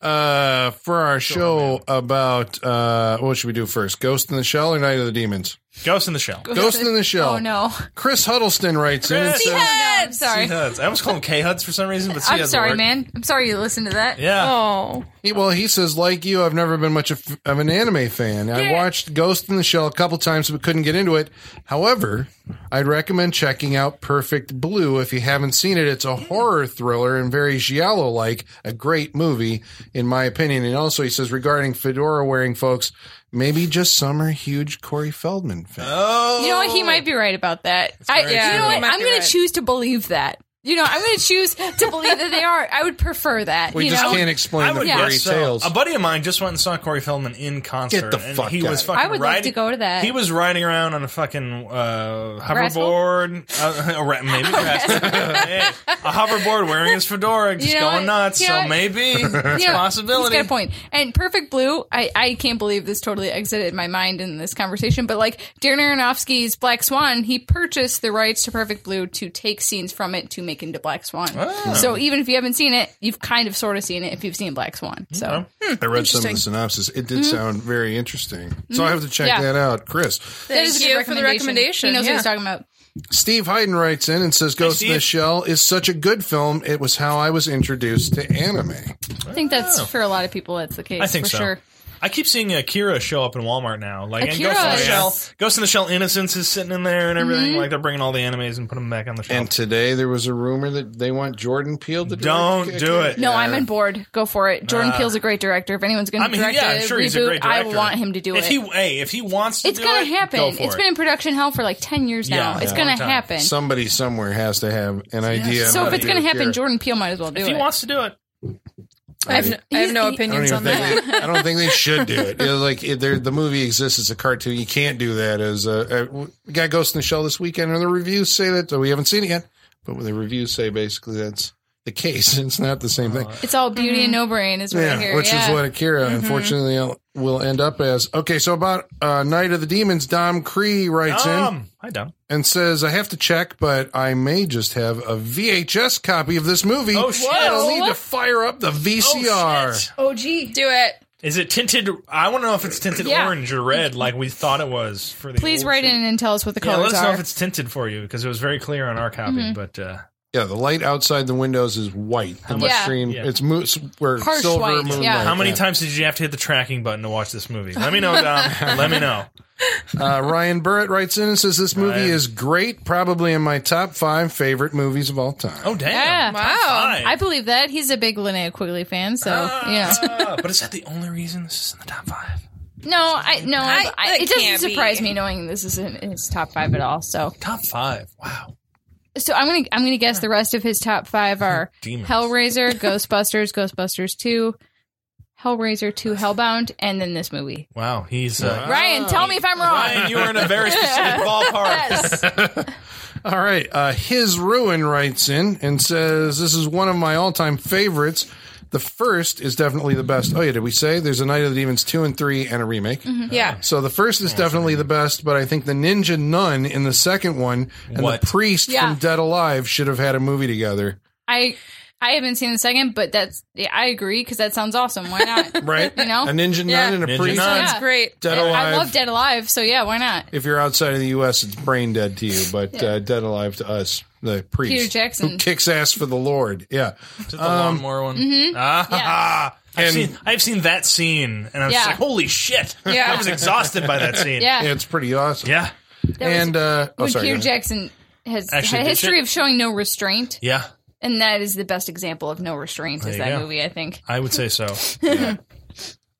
Uh, for our show about uh, what should we do first? Ghost in the Shell or Night of the Demons? Ghost in the Shell. Ghost in the Shell. Oh no. Chris Huddleston writes in and Chris. says, I'm C sorry. Huds. I almost call him K Huds for some reason, but C I'm Huds sorry, work. man. I'm sorry you listened to that. Yeah. Oh. He, well, he says, like you, I've never been much of, of an anime fan. I watched Ghost in the Shell a couple times, but couldn't get into it. However, I'd recommend checking out Perfect Blue if you haven't seen it. It's a horror thriller and very giallo like, a great movie, in my opinion. And also, he says, regarding fedora wearing folks, maybe just some are huge Corey Feldman fans. Oh. You know what? He might be right about that. I, very you true. know He what? might I'm be going right. to choose to believe that. You know, I'm going to choose to believe that they are. I would prefer that. we you just know? can't I explain the would fairy guess so. tales. A buddy of mine just went and saw Corey Feldman in Get concert. the and fuck he out was of here. fucking I would love riding, to go to that. He was riding around on a fucking uh, Rascal? hoverboard. Uh, a ra- maybe rascal. Hey, a hoverboard wearing his fedora, just know going what? nuts. You know so what? maybe it's Yeah, a He's possibility. got a point. And Perfect Blue, I, I can't believe this totally exited my mind in this conversation, but like Darren Aronofsky's Black Swan, he purchased the rights to Perfect Blue to take scenes from it to make into Black Swan. So even if you haven't seen it, you've kind of sort of seen it if you've seen Black Swan. So I read some of the synopsis. It Mm-hmm. did sound very interesting. So I have to check Yeah. that out. Chris. that Thank is a you good for the He recommendation, knows what yeah. he's talking about. Steve Hyden writes in and says Ghost in the Steve. Shell is such a good film. It was how I was introduced to anime. I think that's for a lot of people. That's the case. I think for so. sure. I keep seeing Akira show up in Walmart now. Like and Akira Ghost in the is- Mm-hmm. Shell, Ghost in the Shell Innocence is sitting in there and everything. Like they're bringing all the animes and putting them back on the shelf. And today there was a rumor that they want Jordan Peele to Don't direct- do it. No, I'm on board. Go for it. Jordan Peele's a great director. If anyone's going Uh, I to mean, direct yeah, a I'm sure reboot, he's a great director. I want him to do if it. He, hey, if he wants to it's do gonna it, happen. Go for it's it. been in production hell for like ten years now. Yeah, it's yeah. gonna Long time. happen. Somebody somewhere has to have an idea. So on if how it's to going to do happen, Akira. Jordan Peele might as well do if it. he wants to do it, I have no, I have no He's- I don't opinions even on that. think they, I don't think they should do it. It's like it, they're- the movie exists as a cartoon. You can't do that as a, a we got Ghost in the Shell this weekend, and the reviews say that. So we haven't seen it yet, but the reviews say basically that's the case. It's not the same thing. It's all beauty and no Mm-hmm. brain is right here. which yeah. Mm-hmm. is what Akira unfortunately uh, will end up as. Okay, so about uh, Night of the Demons, Dom Cree writes in Um, I don't. and says, "I have to check, but I may just have a VHS copy of this movie. Oh, shit. I'll need to fire up the VCR." shit. Oh, gee. Do it. Is it tinted? I want to know if it's tinted Yeah. orange or red, like we thought it was. For the Please old write shit. in and tell us what the Yeah, colors let us know are. Mm-hmm. if it's tinted for you because it was very clear on our copy. But uh, Yeah, the light outside the windows is white. How much- Screen, Yeah. It's mo- where Harsh silver white, moonlight. yeah. how many times did you have to hit the tracking button to watch this movie? Let me know, Dom. let me know. Uh, Ryan Burrett writes in and says this movie Ryan. is great, probably in my top five favorite movies of all time. Oh damn! yeah. Wow. Fine. I believe that. He's a big Linnea Quigley fan, so yeah. Ah, but is that the only reason this is in the top five? No, I no, I, I, that it doesn't can't be. surprise me knowing this isn't his top five at all. So, Top five. Wow. so I'm gonna I'm gonna guess the rest of his top five are Demons. Hellraiser, Ghostbusters, Ghostbusters Two, Hellraiser Two, Hellbound, and then this movie. Wow. He's uh, Ryan, tell me if I'm wrong. Ryan. You are in a very specific ballpark. Yes. All right. Uh, His Ruin writes in and says, This is one of my all time favorites. The first is definitely the best. Oh, yeah. Did we say there's a Night of the Demons 2 and 3 and a remake? Mm-hmm. Yeah. So the first is definitely the best, but I think the ninja nun in the second one and What? the priest Yeah. from Dead Alive should have had a movie together. I I haven't seen the second, but that's yeah, I agree because that sounds awesome. Why not? Right? You know? A ninja Yeah. nun and a Ninja priest. nun. That's Oh, Yeah. great. Dead Alive. I love Dead Alive, so yeah, why not? if you're outside of the U.S., it's brain dead to you, but uh, dead alive to us. The priest, Peter Jackson. who kicks ass for the Lord. Yeah, Is it the lawnmower one? Ah, ha, ha. I've, And- seen, I've seen that scene, and I was Yeah. like, "Holy shit!" Yeah. I was exhausted by that scene. Yeah, it's pretty awesome. yeah, and uh, oh, When sorry, go Peter ahead. Jackson has Actually had did a history shit. of showing no restraint, yeah. and that is the best example of no restraint There is you that go. movie. I think. I would say so.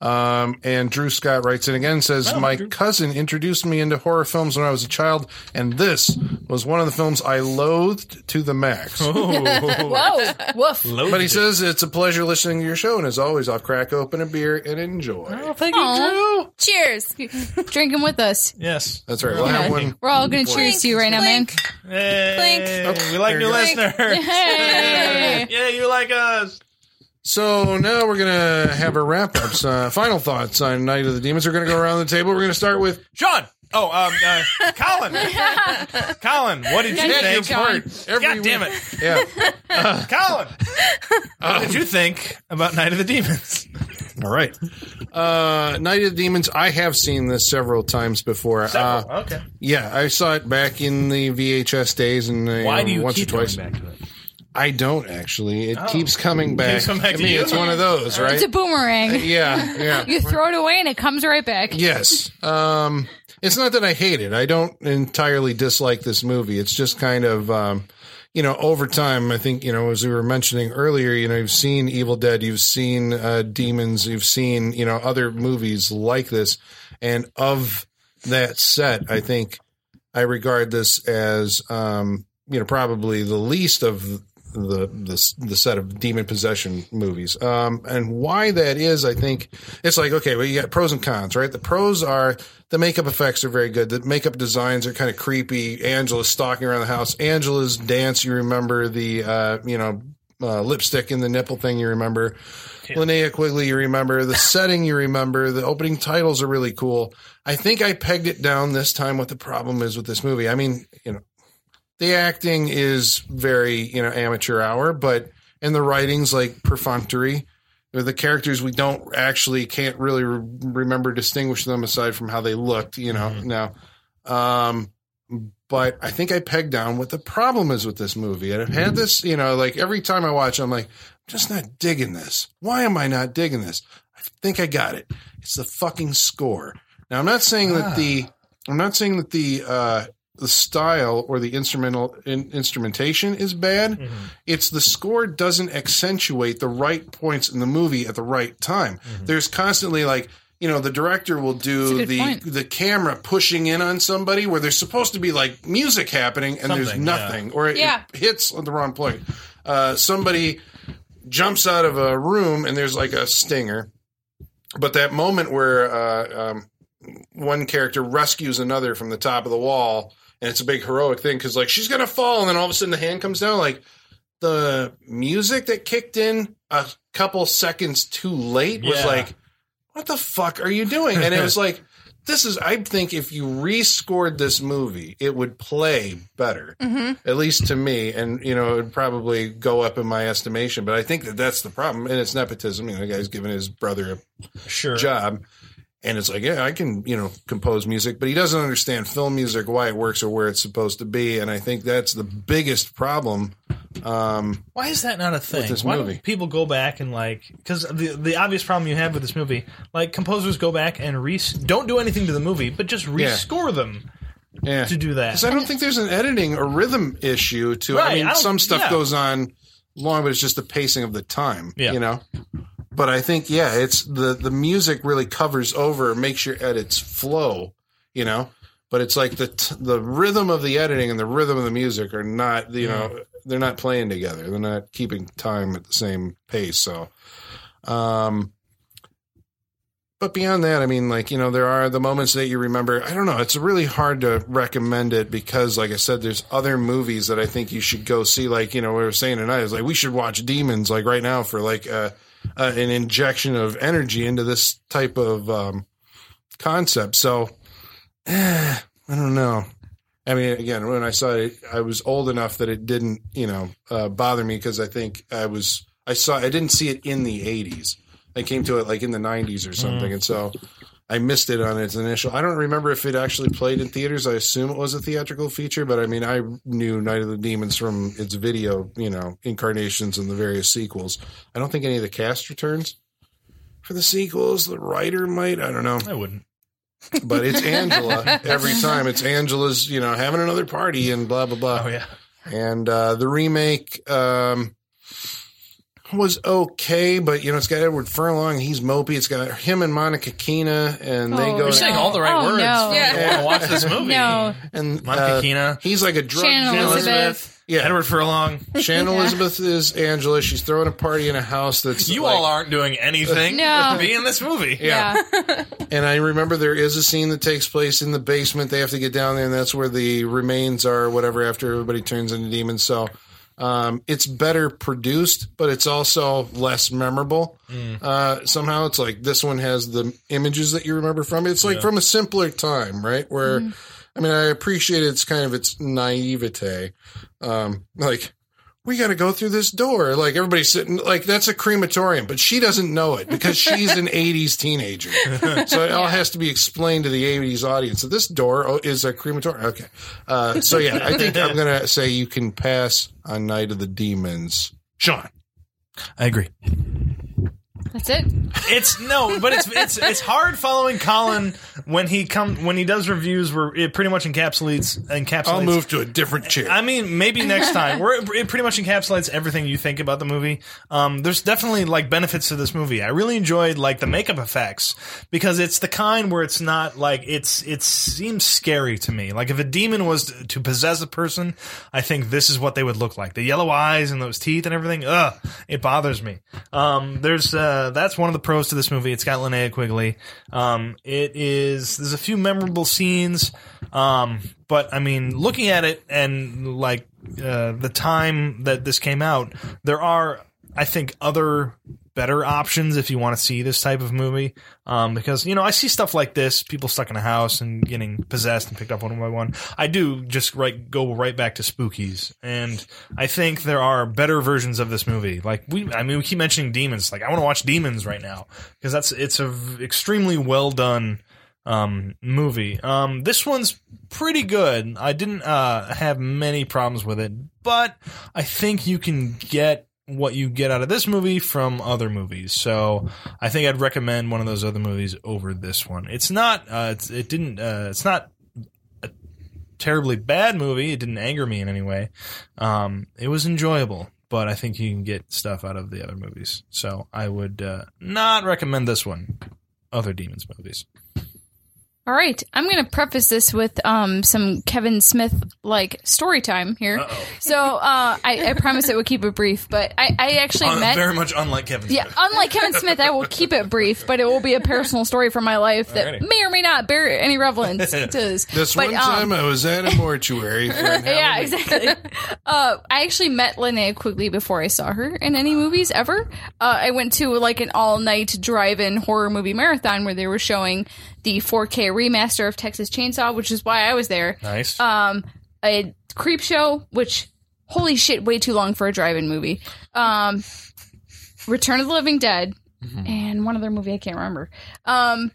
um, and Drew Scott writes in again and says, Oh, "My cousin introduced me into horror films when I was a child, and this was one of the films I loathed to the max." Oh, Whoa, woof. But he says it's a pleasure listening to your show, and as always, I'll crack open a beer and enjoy. Oh, Aw. Cheers. Drinking with us. yes. That's right. We'll have one. We're all gonna cheers to you right now, man. Hey, Blink. We like There new you go. listeners. Hey. yeah, you like us. So now we're gonna have our wrap ups. Uh, final thoughts on Night of the Demons. We're gonna go around the table. We're gonna start with Sean. Oh, um, uh, Colin. Colin, what did you Daniel think? Part. Every God damn week. it, Yeah. Colin. what did you think about Night of the Demons? All right. Uh, Night of the Demons. I have seen this several times before. Uh, Oh, okay. yeah, I saw it back in the VHS days, and uh, Why do you once keep or twice. going back to it? I don't actually. It keeps coming back. Keeps coming back I to mean, you? it's one of those, right? It's a boomerang. yeah, yeah. You throw it away and it comes right back. Yes. Um, it's not that I hate it. I don't entirely dislike this movie. It's just kind of, um, you know, over time, I think, you know, as we were mentioning earlier, you know, you've seen Evil Dead, you've seen uh, Demons, you've seen, you know, other movies like this. And of that set, I think I regard this as, um, you know, probably the least of the the the set of demon possession movies. Um, and why that is, I think it's like okay, well, you got pros and cons, right? The pros are the makeup effects are very good. The makeup designs are kind of creepy. Angela's stalking around the house. Angela's dance, you remember the uh, you know. Uh, lipstick in the nipple thing you remember linnea quigley you remember the setting you remember the opening titles are really cool i think i pegged it down this time what the problem is with this movie i mean you know the acting is very you know amateur hour, but and the writing's like perfunctory. With The characters we don't actually can't really re- remember distinguish them aside from how they looked, you know. Now, um, but I think I pegged down what the problem is with this movie, and I've had this, you know, like every time I watch, it, I'm like, I'm just not digging this. Why am I not digging this? I think I got it. It's the fucking score. Now, I'm not saying that the I'm not saying that the uh, the style or the instrumental in, instrumentation is bad. It's the score doesn't accentuate the right points in the movie at the right time. There's constantly like you know the director will do good the point. the camera pushing in on somebody where there's supposed to be like music happening and there's Something, yeah. nothing or it, it Yeah. hits on the wrong point. Uh, somebody jumps out of a room and there's like a stinger. But that moment where uh, um, one character rescues another from the top of the wall, and it's a big heroic thing because like she's gonna fall, and then all of a sudden the hand comes down. Like the music that kicked in a couple seconds too late was Yeah. like, what the fuck are you doing? And it was like, this is, I think if you rescored this movie, it would play better, at least to me. And, you know, it would probably go up in my estimation. But I think that that's the problem. And it's nepotism. You know, the guy's giving his brother a Sure. job. And it's like, yeah, I can, you know, compose music, but he doesn't understand film music, why it works or where it's supposed to be. And I think that's the biggest problem. Um, Why is that not a thing? this Why movie. don't people go back and like because the the obvious problem you have with this movie, like composers go back and re don't do anything to the movie, but just rescore them yeah. to do that. Because I don't think there's an editing or rhythm issue to I Right, mean, I don't- some stuff yeah. goes on long, but it's just the pacing of the time, Yeah. you know? But I think, yeah, it's the, the music really covers over, makes your edits flow, you know? But it's like the, t- the rhythm of the editing and the rhythm of the music are not, you know, they're not playing together. They're not keeping time at the same pace. So, um, but beyond that, I mean, like, you know, there are the moments that you remember. I don't know. It's really hard to recommend it because, like I said, there's other movies that I think you should go see. Like, you know, we were saying tonight is like, we should watch Demons, like right now, for like uh, uh, an injection of energy into this type of um, concept. So, eh, I don't know. I mean, again, when I saw it, I was old enough that it didn't, you know, uh, bother me because I think I was, I saw, I didn't see it in the 80s. I came to it like in the 90s or something. And so I missed it on its initial. I don't remember if it actually played in theaters. I assume it was a theatrical feature, but I mean, I knew Night of the Demons from its video, you know, incarnations and the various sequels. I don't think any of the cast returns for the sequels. The writer might, I don't know I wouldn't. but it's Angela every time. It's Angela's, you know, having another party and blah blah blah. Oh yeah, And uh, the remake um, was okay, but you know, it's got Edward Furlong. He's mopey. It's got him and Monica Keena, and they Oh, go no. you're saying all the right Oh, words. no. for Yeah. people to watch this movie. No. and Monica uh, Keena, He's like a drug Shannon Jane dealer. Elizabeth. Elizabeth, Yeah. Edward Furlong. Shannon Elizabeth is Angela. She's throwing a party in a house that's You like- all aren't doing anything. No. to be in this movie. Yeah. And I remember there is a scene that takes place in the basement. They have to get down there, and that's where the remains are, or whatever, after everybody turns into demons. So um, it's better produced, but it's also less memorable. Uh, somehow it's like this one has the images that you remember from it. It's like from a simpler time, right? Where, I mean, I appreciate it's kind of its naivete. Um, like, we got to go through this door. Like everybody's sitting, like that's a crematorium, but she doesn't know it because she's an 80s teenager. So it all has to be explained to the 80s audience. So this door oh, is a crematorium. Okay. Uh, so yeah, I think I'm going to say you can pass on Night of the Demons. Sean. I agree. That's it. It's no, but it's it's it's hard following Colin when he come when he does reviews where it pretty much encapsulates encapsulates. I'll move to a different chair. I mean, maybe next time. We're, it pretty much encapsulates everything you think about the movie. Um, there's definitely like benefits to this movie. I really enjoyed like the makeup effects because it's the kind where it's not like it's it seems scary to me. Like if a demon was to, to possess a person, I think this is what they would look like. The yellow eyes and those teeth and everything. Ugh, it bothers me. Um, there's uh, that's one of the pros to this movie. It's got Linnea Quigley. Um, it is there's a few memorable scenes. Um, but I mean, looking at it and like uh, the time that this came out, there are, I think, other better options if you want to see this type of movie. Um, because you know, I see stuff like this: people stuck in a house and getting possessed and picked up one by one. I do just right go right back to spookies, and I think there are better versions of this movie. Like we, I mean, we keep mentioning demons. Like I want to watch demons right now because that's it's a v- extremely well done um, movie. Um, this one's pretty good. I didn't uh, have many problems with it, but I think you can get what you get out of this movie from other movies. So I think I'd recommend one of those other movies over this one. It's not. Uh, it's, it didn't. Uh, it's not a terribly bad movie. It didn't anger me in any way. Um, it was enjoyable. But I think you can get stuff out of the other movies. So I would uh, not recommend this one, other Demons movies. All right, I'm going to preface this with um, some Kevin Smith like story time here. So uh, I, I promise it will keep it brief, but I, I actually Un- met very much unlike Kevin. yeah, Smith. unlike Kevin Smith, I will keep it brief, but it will be a personal story from my life that Alrighty. may or may not bear any relevance to this. This uh, but, one um, time I was at a mortuary. for an yeah, exactly. uh, I actually met Linnea Quigley before I saw her in any movies ever. Uh, I went to like an all night drive in horror movie marathon where they were showing the 4K remaster of Texas Chainsaw, which is why I was there. nice. Um, a creep show, which holy shit, way too long for a drive in movie. Um, Return of the Living Dead, and one other movie I can't remember. Um,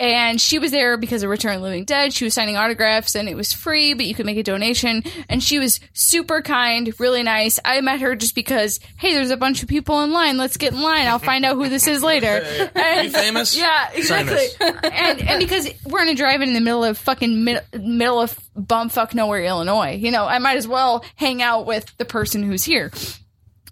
and she was there because of Return of the Living Dead. She was signing autographs and it was free, but you could make a donation. And she was super kind, really nice. I met her just because, hey, there's a bunch of people in line. Let's get in line. I'll find out who this is later. And, famous? Yeah, Sign exactly. us. and, and because we're in a drive-in in the middle of fucking mid- middle of bumfuck nowhere, Illinois. You know, I might as well hang out with the person who's here.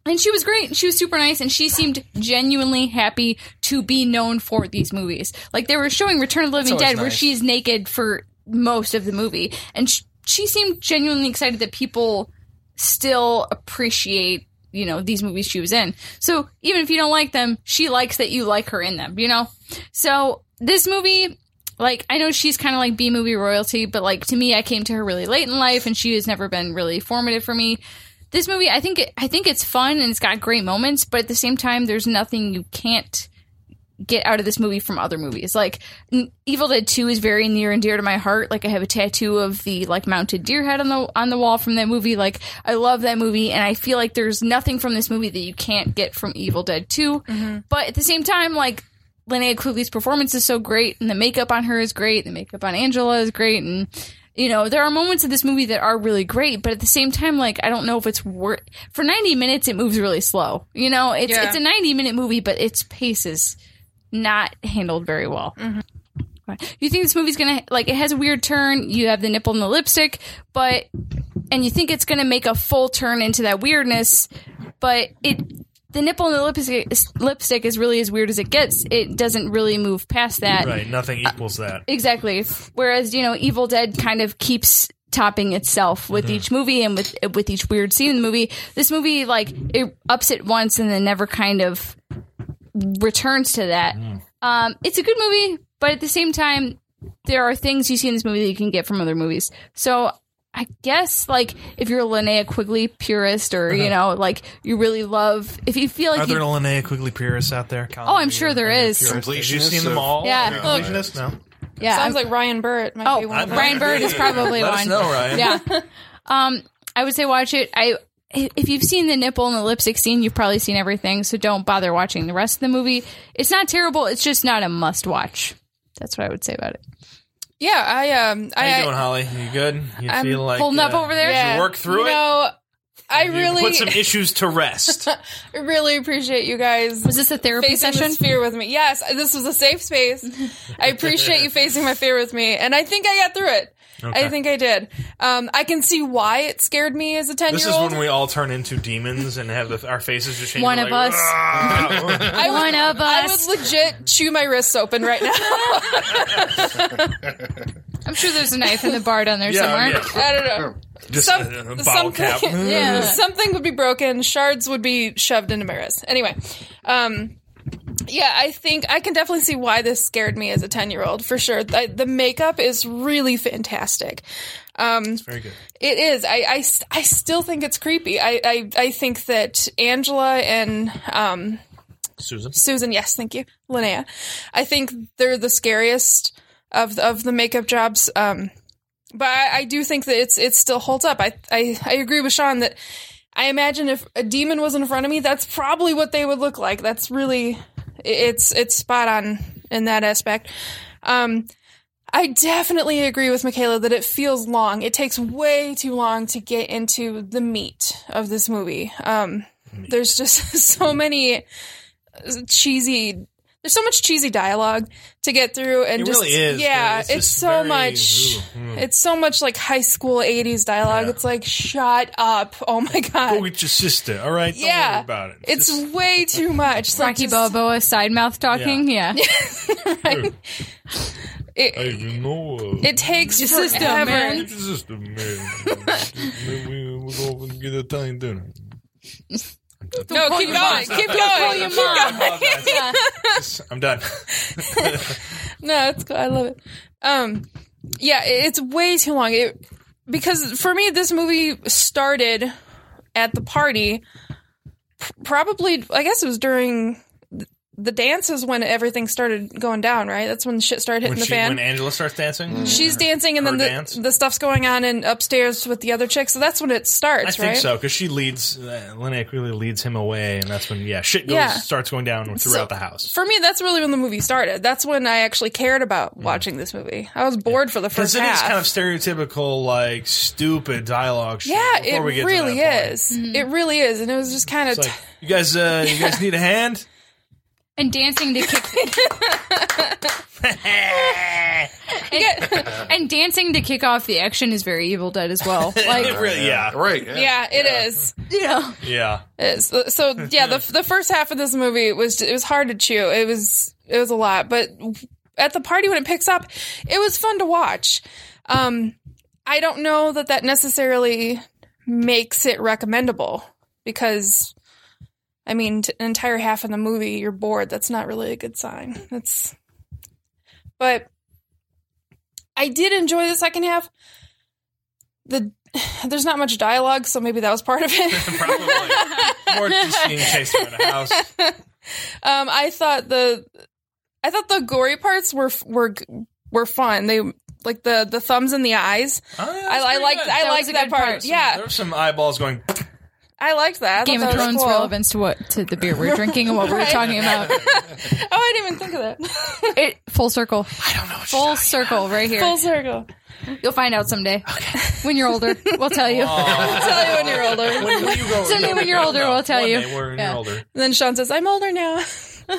And she was great. She was super nice, and she seemed genuinely happy to be known for these movies. Like they were showing Return of the Living That's always Dead, where nice. she's naked for most of the movie, and she, she seemed genuinely excited that people still appreciate you know these movies she was in. So even if you don't like them, she likes that you like her in them. You know. So this movie. Like I know she's kind of like B movie royalty, but like to me, I came to her really late in life, and she has never been really formative for me this movie i think it, i think it's fun and it's got great moments but at the same time there's nothing you can't get out of this movie from other movies like N- evil dead 2 is very near and dear to my heart like i have a tattoo of the like mounted deer head on the on the wall from that movie like i love that movie and i feel like there's nothing from this movie that you can't get from evil dead 2 but at the same time like Linnea Quigley's performance is so great, and the makeup on her is great, the makeup on Angela is great, and you know there are moments of this movie that are really great, but at the same time, like I don't know if it's worth for ninety minutes. It moves really slow, you know. It's Yeah. it's a ninety minute movie, but its pace is not handled very well. You think this movie's gonna like it has a weird turn. You have the nipple and the lipstick, but and you think it's gonna make a full turn into that weirdness, but it the nipple and the lipstick lipstick is really as weird as it gets. It doesn't really move past that. right. Nothing Uh, equals that. Exactly. Whereas you know, Evil Dead kind of keeps topping itself with each movie and with with each weird scene in the movie. This movie like it ups it once and then never kind of returns to that. Um, it's a good movie, but at the same time, there are things you see in this movie that you can get from other movies. So. I guess, like, if you're a Linnea Quigley purist, or you know, like, you really love, if you feel like Uh-huh. Are you there Linnea Quigley purists out there? Colin, Oh, I'm are sure you- there are you a is. purist? Have you Completionists seen them of- all? Yeah. Are you a Completionist? No. yeah, Sounds like Ryan Burt might be Oh, one Brian of them. Ryan Bird is probably Let one. us know, Ryan. Yeah. Um, I would say watch it. I if you've seen the nipple and the lipstick scene, you've probably seen everything, so don't bother watching the rest of the movie. It's not terrible. It's just not a must watch. That's what I would say about it. Yeah, I um, How you I doing, Holly? You good? You I'm feel like holding up uh, over there? did yeah, You work through you it. know, I You really, put some issues to rest. really appreciate you guys Was this a therapy facing session? this fear with me. Yes, this was a safe space. I appreciate you facing my fear with me, and I think I got through it. Okay. I think I did. Um, I can see why it scared me as a This is ten-year-old. when we all turn into demons and have the, our faces just change. One We're of like, us. "Ah." I would, One of I us. would legit chew my wrists open right now. I'm sure there's a knife in the bar down there somewhere. yeah, yeah. I don't know. Just Some- a, a bottle something, cap. Yeah. something would be broken. Shards would be shoved into my wrist. Anyway, um, yeah, I think I can definitely see why this scared me as a ten-year-old for sure. I, the makeup is really fantastic. Um, Very good. it is. I, I, s- I still think it's creepy. I, I, I think that Angela and um, Susan. Susan, yes, thank you, Linnea. I think they're the scariest of the, of the makeup jobs. Um, but I, I do think that it's it still holds up. I, I I agree with Sean that I imagine if a demon was in front of me, that's probably what they would look like. That's really i- it's it's spot on in that aspect. Um, I definitely agree with Michaela that it feels long. It takes way too long to get into the meat of this movie. Um, there's just so many uh, cheesy. There's so much cheesy dialogue to get through, and It just really is. yeah, but it's, just so very- much. Ooh, mm. It's so much like high school '80s dialogue. Yeah. It's like, shut up! Oh my god! Go get your sister. All right. Don't yeah, worry about it. It's Just- way too much. Like, Rocky just- Balboa side mouth talking. Yeah. Ooh. It, know. it takes Your forever. system, man. It's just a man. we will go and get Italian dinner. No, keep going. Keep going. Keep going. I'm done. No, it's cool. I love it. Um, yeah, it- it's way too long. It because for me, this movie started at the party. p- Probably, I guess it was during th- the dances when everything started going down. Right, that's when shit started hitting When, the she, fan. Mm. when Angela starts dancing, She's dancing, and Her then the, dance? the stuff's going on and upstairs with the other chicks. So that's when it starts, I think right? so because she leads. Uh, Lena really leads him away, and that's when yeah, shit goes Yeah. starts going down throughout So- the house. For me, that's really when the movie started. That's when I actually cared about watching this movie. I was bored for the Because first Mm. it is half. kind of stereotypical, like stupid dialogue. Shit yeah, before it we get to really that point. is. It really is, and it was just kind of. It's like you guys, uh, you guys need a hand. And dancing to kick and, and dancing to kick off the action is very Evil Dead as well. It Like really, yeah, Right. Yeah. yeah, it is. you know, yeah. It is. So- So yeah, the the first half of this movie was it was hard to chew. It was it was a lot, but at the party when it picks up, it was fun to watch. Um, I don't know that that necessarily makes it recommendable because, I mean, t- an entire half of the movie you're bored. That's not really a good sign. That's, but I did enjoy the second half. The there's not much dialogue, so maybe that was part of it. Probably more just being chased around a house. Um, I thought the, I thought the gory parts were were were fun. They like the the thumbs and the eyes. Oh, yeah, I, that's I pretty liked good. I That liked was a that good part. part. Yeah, There were some eyeballs going. I liked that. I Game thought of that was Thrones cool. relevance to what to the beer we're drinking and what we we're Right. talking about. Oh, I didn't even think of that. It full circle. I don't know. Full circle right here. Full circle. You'll find out someday. When you're older, we'll tell you. I'll tell you when you're older. When will you go? Someday when you're older, No, we'll tell one you. day when Yeah. you're older. And then Sean says, "I'm older now."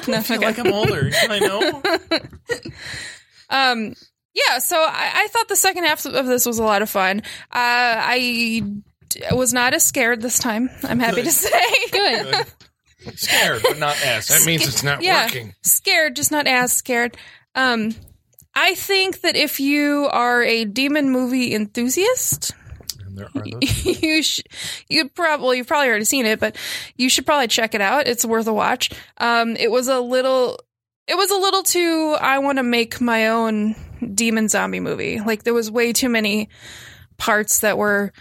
no, I feel like I'm older. I know. um yeah so I, I thought the second half of this was a lot of fun uh i d- was not as scared this time i'm happy to say good Scared, but not ass. That means it's not yeah working. scared just not as scared um i think that if you are a demon movie enthusiast And there are those. you sh- you'd probably you've probably already seen it, but you should probably check it out. It's worth a watch. Um, it was a little, it was a little too. I want to make my own demon zombie movie. Like there was way too many parts that were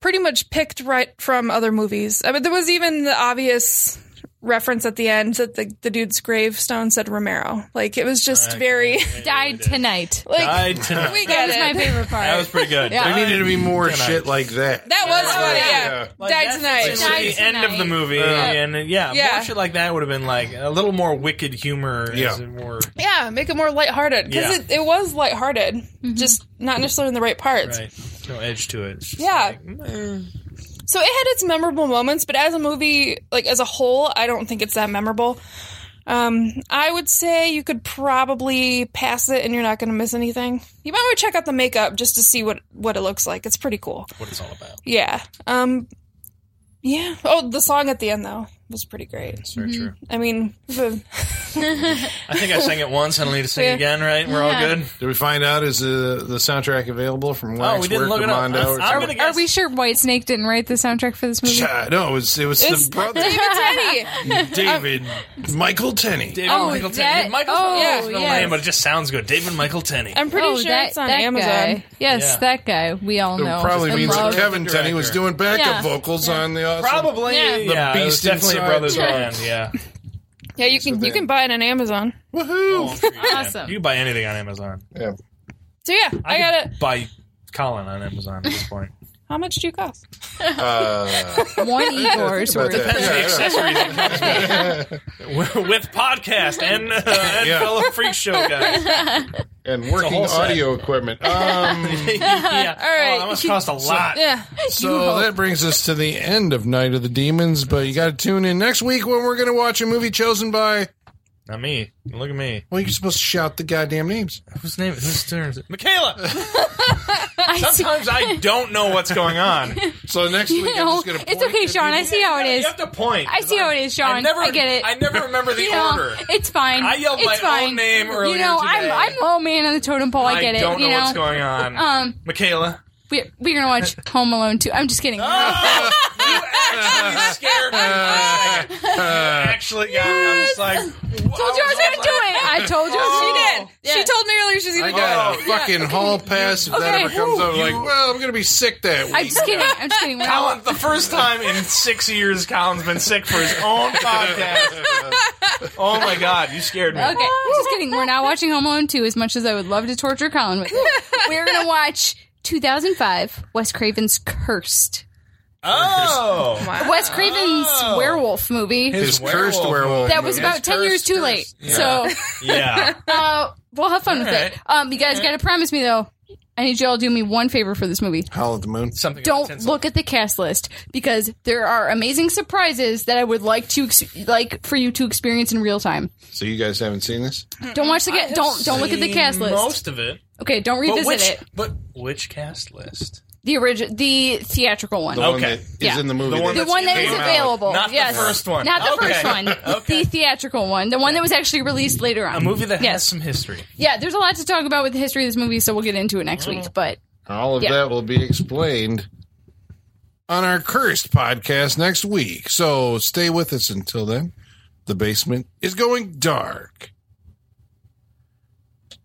pretty much picked right from other movies. I mean, there was even the obvious reference at the end that the, the dude's gravestone said Romero. Like it was just very Died tonight. like Died tonight. we That get was it. my favorite That part. was pretty good. Yeah. There needed to be more Tonight. shit like that. that was funny. Yeah, Yeah. Like, died that's tonight. the Died end tonight. of the movie, and uh, yeah, Yeah. more shit like that would have been like a little more wicked humor. Yeah. as it were. Yeah, make it more lighthearted Yeah. because it, it was lighthearted, just not necessarily in the right parts. right, no edge to it. It's just Yeah. like, mm. So it had its memorable moments, but as a movie, like as a whole, I don't think it's that memorable. Um, I would say you could probably pass it, and you're not going to miss anything. You might want to check out the makeup just to see what what it looks like. It's pretty cool. what it's all about. Yeah. Um, yeah. Oh, the song at the end though was pretty great. It's very Mm-hmm. true. I mean, the- I think I sang it once. I don't need to sing Yeah. again, right? We're all good. Did we find out is uh, the the soundtrack available from Oh, we Waxwork didn't look or it up. Mondo? I'm or something? gonna Are guess. we sure White Snake didn't write the soundtrack for this movie? Yeah, no, it was it was it's the brother David Tenney. David Michael Tenney. David Oh, Michael that- Tenney. Michael oh, Tenney is no yes. name, but it just sounds good. David Michael Tenney. I'm pretty sure it's on Amazon. Oh, Guy. Yes, Yeah. that guy. We all It know. probably And means that love. Kevin Tenney was doing backup Yeah. vocals on the awesome. Probably, Yeah. yeah. The it was beast definitely inside. a brothers Yeah. band. Yeah, Yeah, you can you them. can buy it on Amazon. Woohoo! Awesome. You can buy anything on Amazon. Yeah. So yeah, I, got it. could Buy Colin on Amazon at this point. How much do you cost? Uh, one Igor's about that. worth. That's the Yeah, yeah. accessories that comes with- with podcast and, uh, and Yeah. fellow freak show guys. And working whole set. audio equipment. Um, yeah. All right. Oh, that must cost a lot. Yeah. So that brings us to the end of Night of the Demons, but you got to tune in next week when we're going to watch a movie chosen by. Not me. Look at me. Well, you're supposed to shout the goddamn names. Whose name? Whose turn is it? Michaela. I see. Sometimes I don't know what's going on. So next You week, know, I'm just going to. it's okay, Sean. I see how it is. You have to point. I see how it is, Sean. I never I get it. I never remember the You know, order. It's fine. I yelled it's my fine. own name You earlier know, today. I'm I'm low man on the totem pole. I, get it. don't you know know, what's going on. Um, Michaela. we're, we're gonna watch Home Alone too. I'm just kidding. Oh, you actually scared me. for a second. You actually got me. I was like, told you I was gonna do it. Oh. I told you I was She told me earlier she's I gonna go. got a fucking hall pass if that Oh, Okay. ever comes up. Ooh, Like, you- well, I'm going to be sick that week. I'm just kidding. I'm just kidding. We're not- Colin, the first time in six years, Colin's been sick for his own podcast. Oh my god, you scared me. Okay, just kidding. We're not watching Home Alone 2 as much as I would love to torture Colin with. it. We're going to watch 2005 Wes Craven's Cursed. Oh, Wes Craven's Oh. werewolf movie. his cursed werewolf werewolf. that was movie. about 10 years too late. So, yeah. uh, we'll have fun with right. it. Um, you guys got to promise me, though. I need you all to do me one favor for this movie. Howl at the Moon. Something. about Don't tinsel. look at the cast list because there are amazing surprises that I would like to ex- like for you to experience in real time. So you guys haven't seen this? Don't watch the ca- don't don't look at the cast list. Most of it. okay, don't But revisit which, it. But which cast list? The original, the theatrical one. The one Okay. that is Yeah. in the movie. The one the that's one that in is the- available. Not the yes. first one. Not the Okay. first one. Okay. The theatrical one. The one that was actually released later on. A movie that has Yes. some history. Yeah, there's a lot to talk about with the history of this movie, so we'll get into it next Mm-hmm. week. But All of Yeah. that will be explained on our cursed podcast next week. So stay with us until then. The basement is going dark.